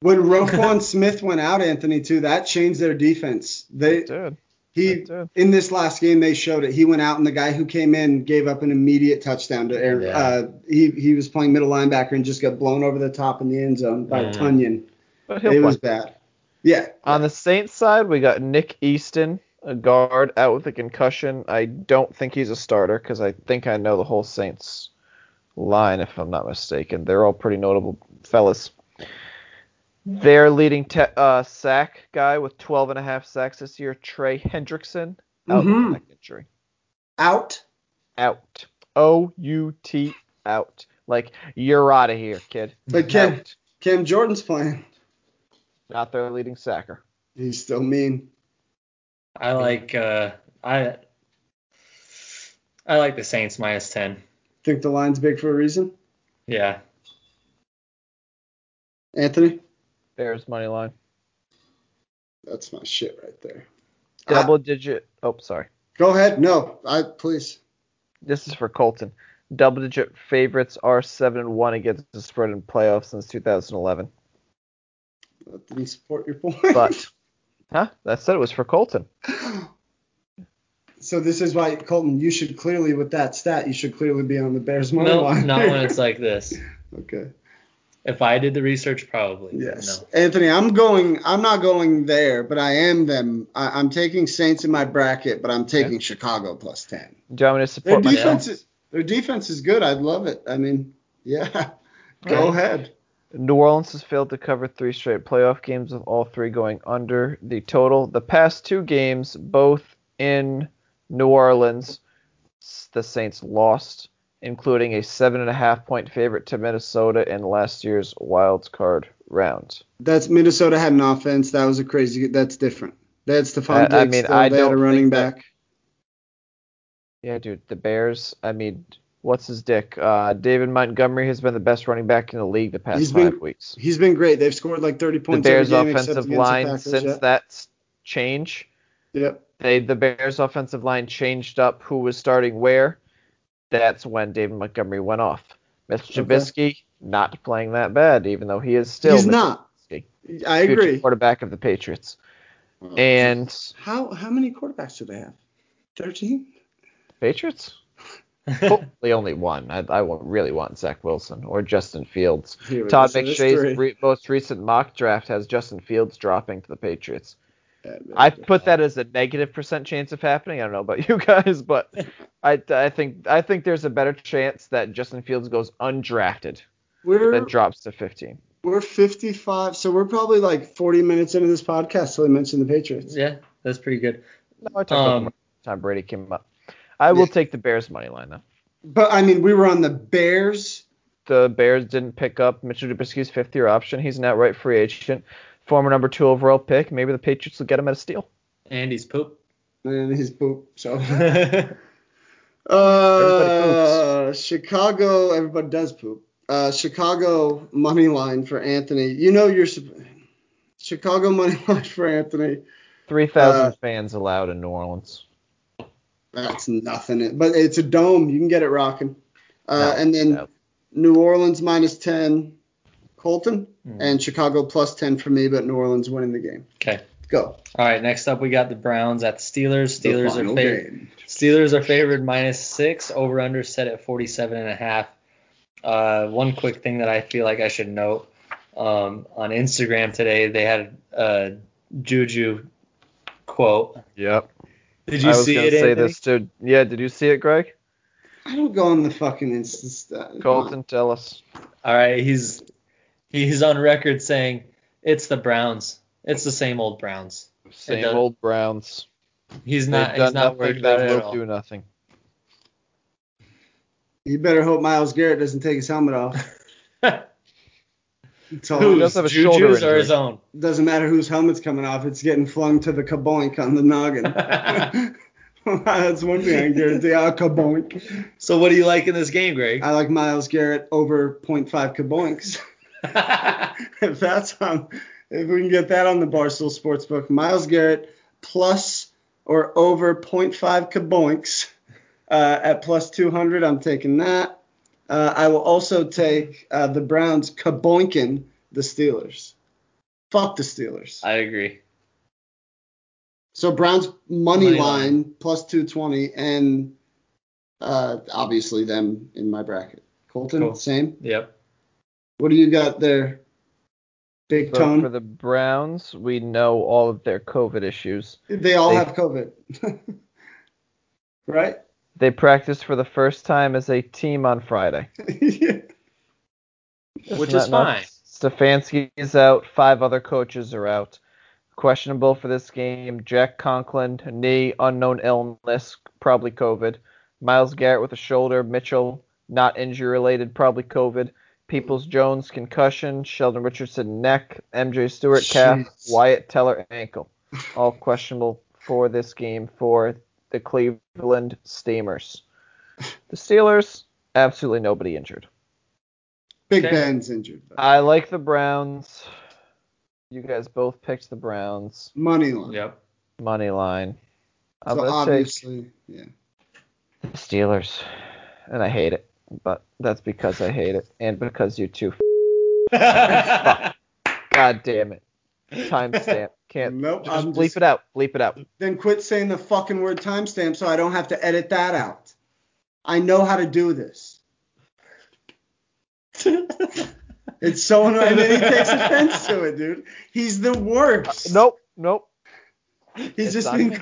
[SPEAKER 2] When Roquan Smith went out, Anthony, too, that changed their defense. They
[SPEAKER 5] Dude,
[SPEAKER 2] he
[SPEAKER 5] it did.
[SPEAKER 2] in this last game they showed it. He went out and the guy who came in gave up an immediate touchdown to Aaron.
[SPEAKER 3] Yeah.
[SPEAKER 2] Uh, he he was playing middle linebacker and just got blown over the top in the end zone by
[SPEAKER 3] Mhm.
[SPEAKER 2] Tunyon.
[SPEAKER 5] But he'll
[SPEAKER 2] It
[SPEAKER 5] play.
[SPEAKER 2] was bad. Yeah.
[SPEAKER 5] On the Saints side, we got Nick Easton, a guard, out with a concussion. I don't think he's a starter because I think I know the whole Saints line, if I'm not mistaken. They're all pretty notable fellas. Their leading te- uh, sack guy with 12 and a half sacks this year, Trey Hendrickson, out
[SPEAKER 2] Mhm.
[SPEAKER 5] with neck injury.
[SPEAKER 2] Out.
[SPEAKER 5] Out. O U T out. Like you're out of here, kid.
[SPEAKER 2] But Cam
[SPEAKER 5] Out.
[SPEAKER 2] Cam Jordan's playing.
[SPEAKER 5] Not their leading sacker.
[SPEAKER 2] He's still mean.
[SPEAKER 3] I like. Uh, I. I like the Saints minus 10.
[SPEAKER 2] Think the line's big for a reason.
[SPEAKER 3] Yeah.
[SPEAKER 2] Anthony,
[SPEAKER 5] Bears money line.
[SPEAKER 2] that's my shit right there. I-
[SPEAKER 5] Double digit. Oh, sorry.
[SPEAKER 2] go ahead. No, I please.
[SPEAKER 5] This is for Colton. Double digit favorites are seven and one against the spread in playoffs since 2011.
[SPEAKER 2] That didn't support your point.
[SPEAKER 5] But, huh? That said, it was for Colton.
[SPEAKER 2] so this is why Colton, you should clearly with that stat, you should clearly be on the Bears money
[SPEAKER 3] No,
[SPEAKER 2] line.
[SPEAKER 3] not when it's like this.
[SPEAKER 2] okay.
[SPEAKER 3] If I did the research, probably. but
[SPEAKER 2] Yes,
[SPEAKER 3] No.
[SPEAKER 2] Anthony, I'm going. I'm not going there, but I am them. I, I'm taking Saints in my bracket, but I'm taking Chicago plus ten.
[SPEAKER 5] Do you want me to
[SPEAKER 2] Their
[SPEAKER 5] support my
[SPEAKER 2] defense is their defense is good. I'd love it. I mean, yeah. Go
[SPEAKER 5] Right.
[SPEAKER 2] ahead.
[SPEAKER 5] New Orleans has failed to cover three straight playoff games, with all three going under the total. The past two games, both in New Orleans, s- the Saints lost, including a seven and a half point favorite to Minnesota in last year's wild card round.
[SPEAKER 2] That's Minnesota had an offense. That was a crazy. That's different. That's Stephon Diggs.
[SPEAKER 5] I- I mean,
[SPEAKER 2] still.
[SPEAKER 5] I
[SPEAKER 2] they had a
[SPEAKER 5] don't
[SPEAKER 2] running
[SPEAKER 5] think that-
[SPEAKER 2] back.
[SPEAKER 5] Yeah, dude, the Bears. I mean, what's his dick? Uh, David Montgomery has been the best running back in the league the past
[SPEAKER 2] He's been
[SPEAKER 5] five weeks.
[SPEAKER 2] He's been great. They've scored like 30
[SPEAKER 5] The
[SPEAKER 2] points.
[SPEAKER 5] Bears'
[SPEAKER 2] every game except
[SPEAKER 5] offensive
[SPEAKER 2] against the
[SPEAKER 5] line
[SPEAKER 2] Packers,
[SPEAKER 5] since
[SPEAKER 2] yeah.
[SPEAKER 5] that s- change,
[SPEAKER 2] Yep.
[SPEAKER 5] they the Bears' offensive line changed up who was starting where. That's when David Montgomery went off. Mitch
[SPEAKER 2] Okay.
[SPEAKER 5] Trubisky not playing that bad, even though he is still
[SPEAKER 2] He's
[SPEAKER 5] Mitch
[SPEAKER 2] not.
[SPEAKER 5] Trubisky,
[SPEAKER 2] I
[SPEAKER 5] future
[SPEAKER 2] agree. Oh.
[SPEAKER 5] quarterback of the Patriots. And
[SPEAKER 2] how how many quarterbacks do they have? 13.
[SPEAKER 5] Patriots. Hopefully only one. I, I won't really want Zach Wilson or Justin Fields.
[SPEAKER 2] Here we
[SPEAKER 5] Todd
[SPEAKER 2] go. So there's three.
[SPEAKER 5] McShay's re- most recent mock draft has Justin Fields dropping to the Patriots.
[SPEAKER 2] Yeah,
[SPEAKER 5] I put that as a negative percent chance of happening. I don't know about you guys, but I, I think I think there's a better chance that Justin Fields goes undrafted
[SPEAKER 2] We're
[SPEAKER 5] than drops to 15.
[SPEAKER 2] we're 55, so we're probably like 40 minutes into this podcast till they mention the Patriots.
[SPEAKER 3] Yeah, that's pretty good.
[SPEAKER 5] No, I talked about
[SPEAKER 3] Um,
[SPEAKER 5] the time Brady came up. I will
[SPEAKER 2] Yeah.
[SPEAKER 5] take the Bears money line though.
[SPEAKER 2] But I mean, we were on the Bears.
[SPEAKER 5] The Bears didn't pick up Mitchell Trubisky's fifth year option. He's an outright free agent, former number two overall pick. Maybe the Patriots will get him at a steal.
[SPEAKER 3] Andy's poop.
[SPEAKER 2] And his poop. So
[SPEAKER 3] That's
[SPEAKER 2] Uh, Chicago. Everybody does poop. Uh, Chicago money line for Anthony. You know you're sup- Chicago money line for Anthony.
[SPEAKER 5] 3,000
[SPEAKER 2] Uh,
[SPEAKER 5] fans allowed in New Orleans.
[SPEAKER 2] That's nothing. But it's a dome. You can get it rocking. Uh,
[SPEAKER 5] No,
[SPEAKER 2] and then
[SPEAKER 5] no.
[SPEAKER 2] New Orleans minus ten, Colton,
[SPEAKER 3] Hmm.
[SPEAKER 2] and Chicago plus ten for me. But New Orleans winning the game.
[SPEAKER 3] 'Kay.
[SPEAKER 2] Go.
[SPEAKER 3] All right, next up we got the Browns at the Steelers.
[SPEAKER 2] The
[SPEAKER 3] Steelers
[SPEAKER 2] final
[SPEAKER 3] are favored.
[SPEAKER 2] game.
[SPEAKER 3] Steelers are favored minus six. Over under set at 47 and a half. Uh, one quick thing that I feel like I should note um, on Instagram today, they had a Juju quote.
[SPEAKER 5] Yep.
[SPEAKER 3] Did you
[SPEAKER 5] I was
[SPEAKER 3] see
[SPEAKER 5] gonna
[SPEAKER 3] it?
[SPEAKER 5] say
[SPEAKER 3] Anthony?
[SPEAKER 5] this too. Yeah, did you see it, Greg?
[SPEAKER 2] I don't go on the fucking instance.
[SPEAKER 5] Colton, tell us.
[SPEAKER 3] All right, he's he's on record saying it's the Browns. It's the same old Browns.
[SPEAKER 5] Same
[SPEAKER 3] does-
[SPEAKER 5] old Browns.
[SPEAKER 3] He's
[SPEAKER 5] They've
[SPEAKER 3] not
[SPEAKER 5] done
[SPEAKER 3] he's not
[SPEAKER 5] nothing.
[SPEAKER 3] worried about it
[SPEAKER 5] They
[SPEAKER 3] at
[SPEAKER 5] will
[SPEAKER 3] all.
[SPEAKER 5] do nothing.
[SPEAKER 2] You better hope Miles Garrett doesn't take his helmet off. It's all-
[SPEAKER 5] Who
[SPEAKER 3] Who's
[SPEAKER 5] does have a
[SPEAKER 3] Juju's
[SPEAKER 5] shoulder
[SPEAKER 3] or
[SPEAKER 5] injury.
[SPEAKER 3] his own?
[SPEAKER 2] Doesn't matter whose helmet's coming off, it's getting flung to the kaboink on the noggin. That's one thing I can guarantee. Ah, kaboink.
[SPEAKER 3] So what do you like in this game, Greg?
[SPEAKER 2] I like Miles Garrett over 0.5 kaboinks. if that's on, if we can get that on the Barstool Sportsbook, Miles Garrett plus or over 0.5 kaboinks uh, at plus 200. I'm taking that. Uh, I will also take uh, the Browns kaboinking the Steelers. Fuck the Steelers.
[SPEAKER 3] I agree.
[SPEAKER 2] So Browns money, line,
[SPEAKER 3] Money line.
[SPEAKER 2] plus 220, and uh, obviously them in my bracket. Colton,
[SPEAKER 3] Cool.
[SPEAKER 2] same.
[SPEAKER 3] Yep.
[SPEAKER 2] What do you got there? Big
[SPEAKER 5] But
[SPEAKER 2] Tone.
[SPEAKER 5] for the Browns, we know all of their COVID issues.
[SPEAKER 2] they all
[SPEAKER 5] they-
[SPEAKER 2] have COVID, right?
[SPEAKER 5] They practiced for the first time as a team on Friday.
[SPEAKER 3] Which
[SPEAKER 5] Isn't
[SPEAKER 3] is
[SPEAKER 5] that nuts? Stefanski is out. Five other coaches are out. Questionable for this game: Jack Conklin, knee, unknown illness, probably COVID. Miles Garrett with a shoulder. Mitchell, not injury related, probably COVID. Peoples Jones concussion. Sheldon Richardson neck. MJ Stewart calf.
[SPEAKER 2] Jeez.
[SPEAKER 5] Wyatt Teller ankle. All questionable for this game for the Cleveland Steamers. The Steelers, absolutely nobody injured.
[SPEAKER 2] Big
[SPEAKER 3] Okay.
[SPEAKER 2] Ben's injured. but-
[SPEAKER 5] I like the Browns. You guys both picked the Browns
[SPEAKER 2] Money
[SPEAKER 3] fine.
[SPEAKER 2] line.
[SPEAKER 3] Yep.
[SPEAKER 5] money line. I'm
[SPEAKER 2] so
[SPEAKER 5] gonna
[SPEAKER 2] obviously, yeah.
[SPEAKER 5] take the Steelers, and I hate it, but that's because I hate it, and because you two. God damn it. Timestamp. Can't.
[SPEAKER 2] Nope,
[SPEAKER 5] Just
[SPEAKER 2] I'm
[SPEAKER 5] bleep
[SPEAKER 2] just-
[SPEAKER 5] it out. Bleep it out.
[SPEAKER 2] Then quit saying the fucking word timestamp so I don't have to edit that out. I know how to do this. It's so annoying. And then he takes offense to it, dude. He's the worst.
[SPEAKER 5] Nope. Uh, Nope.
[SPEAKER 2] He's
[SPEAKER 5] it's
[SPEAKER 2] just
[SPEAKER 5] on
[SPEAKER 2] being.
[SPEAKER 5] me.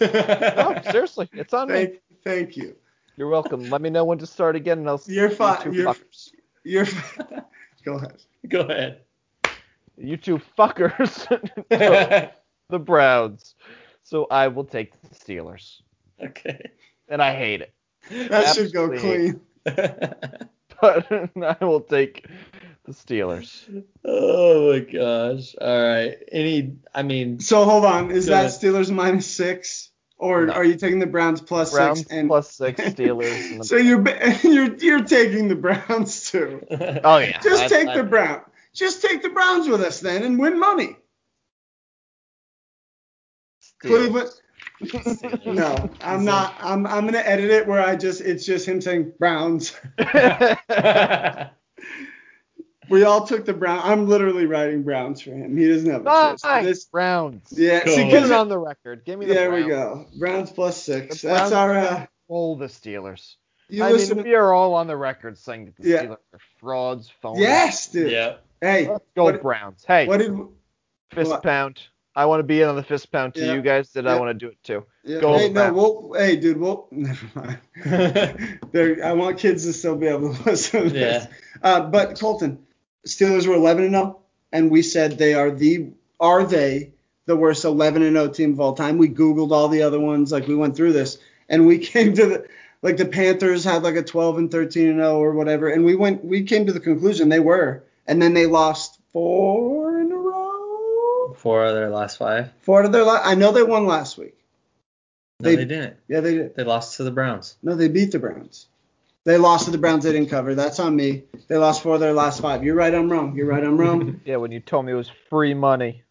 [SPEAKER 5] No, seriously. It's on me.
[SPEAKER 2] Thank, thank you.
[SPEAKER 5] You're welcome. Let me know when to start again, and I'll see
[SPEAKER 2] You're
[SPEAKER 5] you
[SPEAKER 2] fi-
[SPEAKER 5] two
[SPEAKER 2] you're-
[SPEAKER 5] fuckers.
[SPEAKER 2] You're. Go ahead.
[SPEAKER 3] Go ahead.
[SPEAKER 5] You two fuckers. the Browns. So I will take the Steelers.
[SPEAKER 3] okay.
[SPEAKER 5] and I hate it.
[SPEAKER 2] That should go
[SPEAKER 5] Absolutely.
[SPEAKER 2] clean.
[SPEAKER 5] But I will take the Steelers.
[SPEAKER 3] oh my gosh. All right. Any I mean
[SPEAKER 2] So hold on. Is
[SPEAKER 3] Go
[SPEAKER 2] that
[SPEAKER 3] ahead.
[SPEAKER 2] Steelers minus six, or
[SPEAKER 5] No.
[SPEAKER 2] are you taking the Browns plus
[SPEAKER 5] Browns
[SPEAKER 2] six? And
[SPEAKER 5] plus six Steelers. And the-
[SPEAKER 2] so you're ba- you're you're taking the Browns too.
[SPEAKER 5] oh yeah.
[SPEAKER 2] Just
[SPEAKER 5] I-
[SPEAKER 2] take
[SPEAKER 5] I-
[SPEAKER 2] the Brown. Just take the Browns with us then and win money.
[SPEAKER 5] Steelers.
[SPEAKER 2] Cleveland.
[SPEAKER 3] Steelers.
[SPEAKER 2] No, I'm not. I'm I'm gonna edit it where I just it's just him saying Browns. We all took the Brown. I'm literally writing Browns for him. He doesn't have a choice.
[SPEAKER 5] Fine.
[SPEAKER 2] This,
[SPEAKER 5] Browns.
[SPEAKER 2] yeah,
[SPEAKER 3] Cool.
[SPEAKER 2] see,
[SPEAKER 5] Get
[SPEAKER 2] 'cause
[SPEAKER 5] it
[SPEAKER 2] it-
[SPEAKER 5] on the record. Give me the
[SPEAKER 2] there
[SPEAKER 5] Browns.
[SPEAKER 2] we go. Browns plus six.
[SPEAKER 5] The
[SPEAKER 2] That's
[SPEAKER 5] Browns-
[SPEAKER 2] our. Uh,
[SPEAKER 5] Roll the Steelers.
[SPEAKER 2] you
[SPEAKER 5] I
[SPEAKER 2] listen.
[SPEAKER 5] mean, we are all on the record saying that the
[SPEAKER 2] Yeah.
[SPEAKER 5] Steelers are frauds, phonies.
[SPEAKER 2] yes, dude.
[SPEAKER 3] yeah.
[SPEAKER 2] Hey,
[SPEAKER 5] Let's go
[SPEAKER 2] What-
[SPEAKER 5] Browns. Hey,
[SPEAKER 2] what did?
[SPEAKER 5] fist
[SPEAKER 2] what-
[SPEAKER 5] pound. I want to be in on the fist pound to
[SPEAKER 2] Yeah.
[SPEAKER 5] you guys. Did I
[SPEAKER 2] Yeah.
[SPEAKER 5] want to do it too?
[SPEAKER 2] Yeah,
[SPEAKER 5] Go
[SPEAKER 2] hey, no,
[SPEAKER 5] Browns.
[SPEAKER 2] we'll, hey, dude, we'll. Never mind. There, I want kids to still be able to listen to this.
[SPEAKER 3] yeah.
[SPEAKER 2] Uh, but Colton, Steelers were 11 and 0, and we said they are the are they the worst oh 11 and 0 team of all time. We googled all the other ones, like we went through this, and we came to the like the Panthers had like a 12 and 13 and 0 or whatever, and we went we came to the conclusion they were, and then they lost four in a row.
[SPEAKER 3] Four of their last five.
[SPEAKER 2] Four of their la- I know they won last week.
[SPEAKER 3] No,
[SPEAKER 2] They-
[SPEAKER 3] they, didn't.
[SPEAKER 2] Yeah, they did.
[SPEAKER 3] They lost to the Browns.
[SPEAKER 2] No, they beat the Browns. They lost to the Browns. They didn't cover. That's on me. They lost four of their last five. You're right. I'm wrong. You're right. I'm wrong.
[SPEAKER 5] Yeah, when you told me it was free money.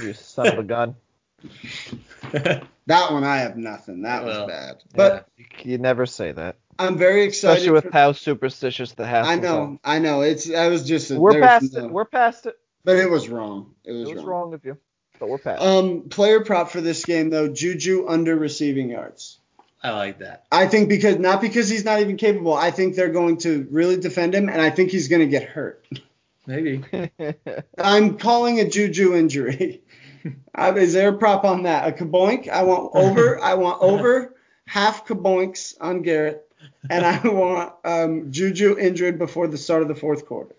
[SPEAKER 5] You son of a gun.
[SPEAKER 2] That one I have nothing. That was
[SPEAKER 3] Well,
[SPEAKER 2] bad. But
[SPEAKER 5] Yeah, you, you never say that.
[SPEAKER 2] I'm very excited.
[SPEAKER 5] Especially with
[SPEAKER 2] for-
[SPEAKER 5] how superstitious the Hassels
[SPEAKER 2] I
[SPEAKER 5] are.
[SPEAKER 2] know, I know. It's I was just
[SPEAKER 5] We're
[SPEAKER 2] there's
[SPEAKER 5] past
[SPEAKER 2] no-
[SPEAKER 5] it. We're past it.
[SPEAKER 2] but it was wrong. It
[SPEAKER 5] It
[SPEAKER 2] was,
[SPEAKER 5] was
[SPEAKER 2] wrong.
[SPEAKER 5] wrong of you, but we're past it.
[SPEAKER 2] Um, player prop for this game though, Juju under receiving yards.
[SPEAKER 3] I like that.
[SPEAKER 2] I think because not because he's not even capable. I think they're going to really defend him, and I think he's going to get hurt.
[SPEAKER 3] Maybe.
[SPEAKER 2] Um, I'm calling a Juju injury. I, is there a prop on that? A kaboink? I want over. I want over half kaboinks on Garrett, and I want um, Juju injured before the start of the fourth quarter.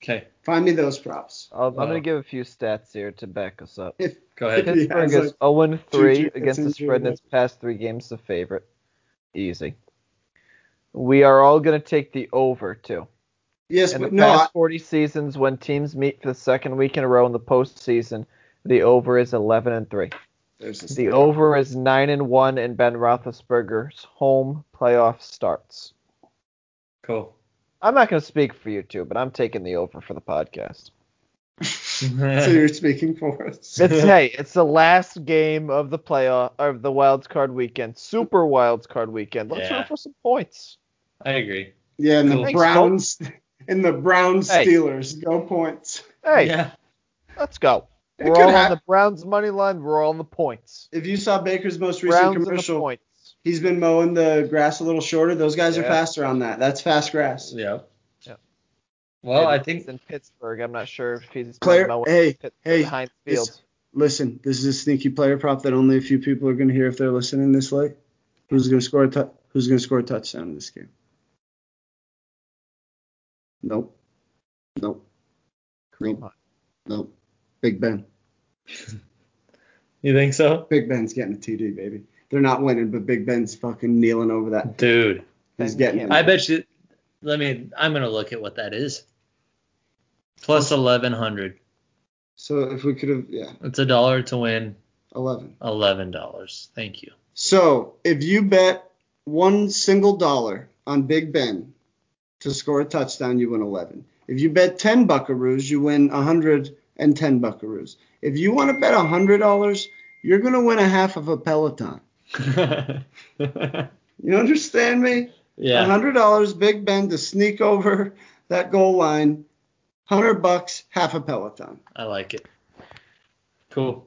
[SPEAKER 3] Okay.
[SPEAKER 2] Find me those props.
[SPEAKER 5] Um, I'm going
[SPEAKER 3] Wow.
[SPEAKER 5] to give a few stats here to back us up.
[SPEAKER 2] If
[SPEAKER 3] Go
[SPEAKER 2] uh, Yeah,
[SPEAKER 3] ahead.
[SPEAKER 5] Pittsburgh
[SPEAKER 2] it's like
[SPEAKER 5] is 0
[SPEAKER 2] Juju
[SPEAKER 5] 3
[SPEAKER 2] gets
[SPEAKER 5] against the
[SPEAKER 2] injured,
[SPEAKER 5] spread in
[SPEAKER 2] right?
[SPEAKER 5] its past three games, the favorite. Easy. We are all going to take the over, too.
[SPEAKER 2] yes,
[SPEAKER 5] In the
[SPEAKER 2] but no. I-
[SPEAKER 5] past 40 seasons, when teams meet for the second week in a row in the postseason, the over is 11 and 3.
[SPEAKER 2] There's this-
[SPEAKER 5] The over is 9 and 1 in Ben Roethlisberger's home playoff starts.
[SPEAKER 3] Cool.
[SPEAKER 5] I'm not going to speak for you two, but I'm taking the over for the podcast.
[SPEAKER 2] so you're speaking for us.
[SPEAKER 5] It's hey, it's the last game of the playoff of the wild card weekend, super wild card weekend. Let's
[SPEAKER 3] Yeah.
[SPEAKER 5] root for some points.
[SPEAKER 3] I agree.
[SPEAKER 2] Yeah, and the
[SPEAKER 3] Cool.
[SPEAKER 5] Thanks,
[SPEAKER 2] Browns and the Brown
[SPEAKER 5] Hey.
[SPEAKER 2] Steelers go points.
[SPEAKER 5] Hey,
[SPEAKER 3] Yeah.
[SPEAKER 5] let's go.
[SPEAKER 2] It
[SPEAKER 5] we're
[SPEAKER 2] could
[SPEAKER 5] all on
[SPEAKER 2] hap-
[SPEAKER 5] the Browns money line. We're all on the points.
[SPEAKER 2] If you saw Baker's most recent
[SPEAKER 5] Browns and the
[SPEAKER 2] commercial,
[SPEAKER 5] points.
[SPEAKER 2] he's been mowing the grass a little shorter. Those guys are
[SPEAKER 5] Yeah.
[SPEAKER 2] faster on that. That's fast grass.
[SPEAKER 3] Yeah.
[SPEAKER 5] Yeah.
[SPEAKER 3] Well,
[SPEAKER 5] Maybe
[SPEAKER 3] I
[SPEAKER 5] he's
[SPEAKER 3] think
[SPEAKER 5] in Pittsburgh. I'm not sure if he's
[SPEAKER 2] Player-
[SPEAKER 5] Mowing
[SPEAKER 2] hey,
[SPEAKER 5] Pitt-
[SPEAKER 2] hey,
[SPEAKER 5] behind the
[SPEAKER 2] this-
[SPEAKER 5] field.
[SPEAKER 2] Listen, this is a sneaky player prop that only a few people are going to hear if they're listening this late. Who's going to score a tou- Who's going to score a touchdown in this game? Nope. Nope.
[SPEAKER 5] Come on.
[SPEAKER 2] Nope. Big Ben.
[SPEAKER 3] you think so,
[SPEAKER 2] Big Ben's getting a TD, baby. They're not winning, but Big Ben's fucking kneeling over that.
[SPEAKER 3] dude.
[SPEAKER 2] He's
[SPEAKER 5] Ben
[SPEAKER 2] getting.
[SPEAKER 5] can't-
[SPEAKER 3] I bet you. Let me. I'm gonna look at what that is. Plus 1100.
[SPEAKER 2] So if we could have, yeah,
[SPEAKER 3] It's a dollar to win.
[SPEAKER 2] eleven.
[SPEAKER 3] Eleven dollars. Thank you.
[SPEAKER 2] So if you bet one single dollar on Big Ben to score a touchdown, you win eleven. If you bet ten Buckaroos, you win a hundred and ten Buckaroos. If you want to bet a hundred dollars, you're gonna win a half of a Peloton. You understand me? A
[SPEAKER 3] yeah.
[SPEAKER 2] hundred dollars, Big Ben to sneak over that goal line. Hundred bucks, half a Peloton.
[SPEAKER 3] I like it. Cool.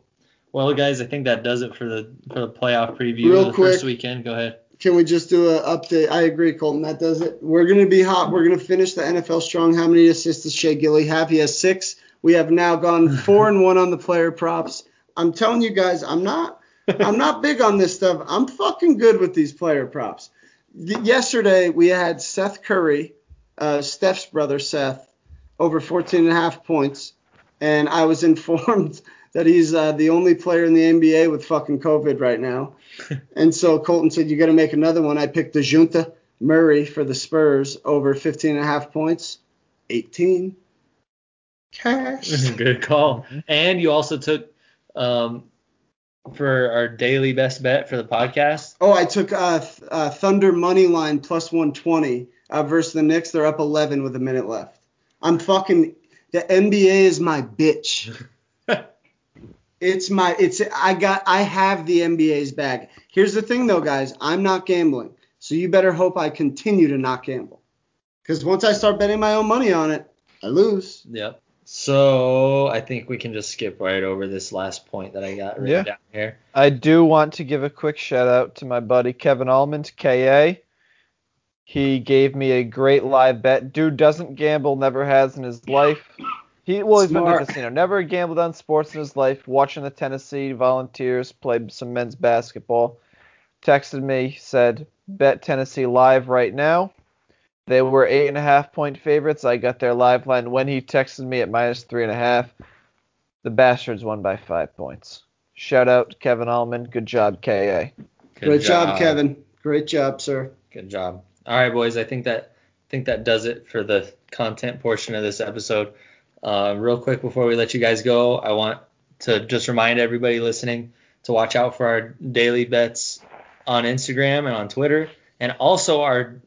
[SPEAKER 3] Well, guys, I think that does it for the for the playoff preview
[SPEAKER 2] Real
[SPEAKER 3] of the first
[SPEAKER 2] quick.
[SPEAKER 3] weekend. Go ahead.
[SPEAKER 2] Can we just do an update? I agree, Colton. That does it. We're gonna be hot. We're gonna finish the NFL strong. How many assists does Shea Gilly have? He has six. We have now gone four and one on the player props. I'm telling you guys, I'm not, I'm not big on this stuff. I'm fucking good with these player props. Y- yesterday we had Seth Curry, uh, Steph's brother Seth, over 14 and a half points, and I was informed that he's uh, the only player in the NBA with fucking COVID right now. And so Colton said, You got to make another one. I picked the Junta Murray for the Spurs over 15 and a half points, 18. Cash.
[SPEAKER 3] Good call. And you also took um, for our daily best bet for the podcast.
[SPEAKER 2] Oh, I took uh, th- uh, Thunder money line plus 120 uh, versus the Knicks. They're up 11 with a minute left. I'm fucking. The NBA is my bitch. it's my. It's. I got. I have the NBA's bag. Here's the thing though, guys. I'm not gambling, so you better hope I continue to not gamble. Because once I start betting my own money on it, I lose.
[SPEAKER 3] Yep. So I think we can just skip right over this last point that I got written
[SPEAKER 5] Yeah.
[SPEAKER 3] down here.
[SPEAKER 5] I do want to give a quick shout out to my buddy Kevin Almond, KA. He gave me a great live bet. Dude doesn't gamble, never has in his life. He well, he's been to
[SPEAKER 2] Smart.
[SPEAKER 5] the casino, never gambled on sports in his life. Watching the Tennessee Volunteers play some men's basketball, texted me said bet Tennessee live right now. They were eight and a half point favorites. I got their live line when he texted me at minus three and a half. The bastards won by five points. Shout out Kevin Allman. Good job, KA.
[SPEAKER 3] Good
[SPEAKER 2] Great job, Kevin. Great job, sir.
[SPEAKER 3] Good job. All right, boys. I think that I think that does it for the content portion of this episode. Uh, real quick before we let you guys go, I want to just remind everybody listening to watch out for our daily bets on Instagram and on Twitter, and also our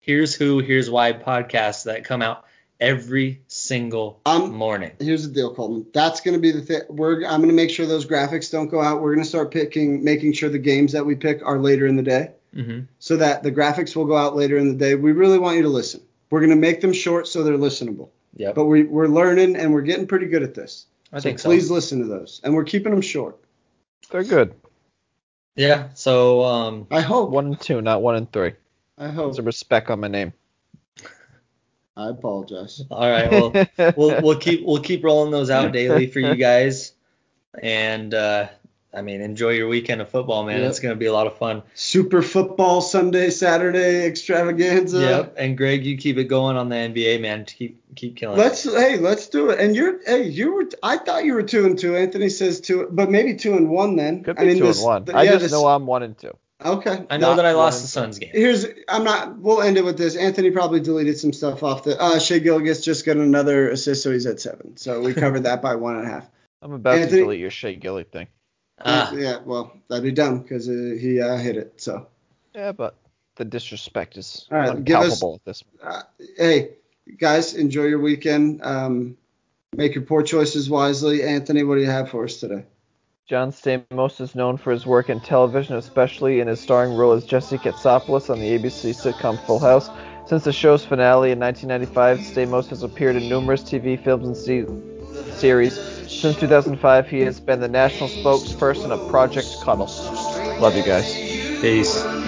[SPEAKER 3] Here's Who, Here's Why podcasts that come out every single
[SPEAKER 2] Um,
[SPEAKER 3] morning.
[SPEAKER 2] Here's the deal, Colton. That's going to be the thing. We're I'm going to make sure those graphics don't go out. We're going to start picking, making sure the games that we pick are later in the day,
[SPEAKER 3] Mm-hmm.
[SPEAKER 2] so that the graphics will go out later in the day. We really want you to listen. We're going to make them short so they're listenable.
[SPEAKER 3] Yep.
[SPEAKER 2] But we, we're learning and we're getting pretty good at this.
[SPEAKER 3] I think so.
[SPEAKER 2] Please listen to those, and we're keeping them short.
[SPEAKER 5] They're good.
[SPEAKER 3] Yeah. So um,
[SPEAKER 2] I hope.
[SPEAKER 5] One and two, not one and three.
[SPEAKER 2] I hope.
[SPEAKER 5] There's a respect on my name.
[SPEAKER 2] I apologize.
[SPEAKER 3] all right. Well, we'll we'll keep we'll keep rolling those out daily for you guys, and uh, I mean enjoy your weekend of football, man.
[SPEAKER 2] Yep.
[SPEAKER 3] It's gonna be a lot of fun.
[SPEAKER 2] Super football Sunday, Saturday extravaganza.
[SPEAKER 3] Yep. And Greg, you keep it going on the NBA, man. Keep keep killing.
[SPEAKER 2] Let's
[SPEAKER 3] it.
[SPEAKER 2] hey, let's do it. And you're hey, you were I thought you were two and two. Anthony says two, but maybe two and one then.
[SPEAKER 5] Could be
[SPEAKER 2] I mean,
[SPEAKER 5] two
[SPEAKER 2] this,
[SPEAKER 5] and one.
[SPEAKER 2] th-
[SPEAKER 5] I
[SPEAKER 2] yeah,
[SPEAKER 5] just
[SPEAKER 2] this-
[SPEAKER 5] know I'm one and two.
[SPEAKER 2] Okay.
[SPEAKER 3] I know
[SPEAKER 5] Not
[SPEAKER 3] that I
[SPEAKER 5] one
[SPEAKER 3] lost the
[SPEAKER 5] and-
[SPEAKER 3] Suns game.
[SPEAKER 2] Here's I'm not. We'll end it with this. Anthony probably deleted some stuff off the. Uh, Shea Gilgis just got another assist, so he's at seven. So we covered that by one and a half.
[SPEAKER 5] I'm about
[SPEAKER 2] Anthony-
[SPEAKER 5] to delete your Shea Gilly thing.
[SPEAKER 3] Ah,
[SPEAKER 2] Yeah, well, that'd be dumb because uh, he uh, hit it. So
[SPEAKER 5] Yeah, but the disrespect is
[SPEAKER 2] All right, give us-
[SPEAKER 5] unpalpable at this point.
[SPEAKER 2] uh, hey, guys, enjoy your weekend. Um, make your poor choices wisely. Anthony, what do you have for us today?
[SPEAKER 5] John Stamos is known for his work in television, especially in his starring role as Jesse Katsopoulos on the ABC sitcom Full House. Since the show's finale in 1995, Stamos has appeared in numerous TV films and se- series. Since 2005, he has been the national spokesperson of Project Cuddle. Love you guys.
[SPEAKER 3] peace.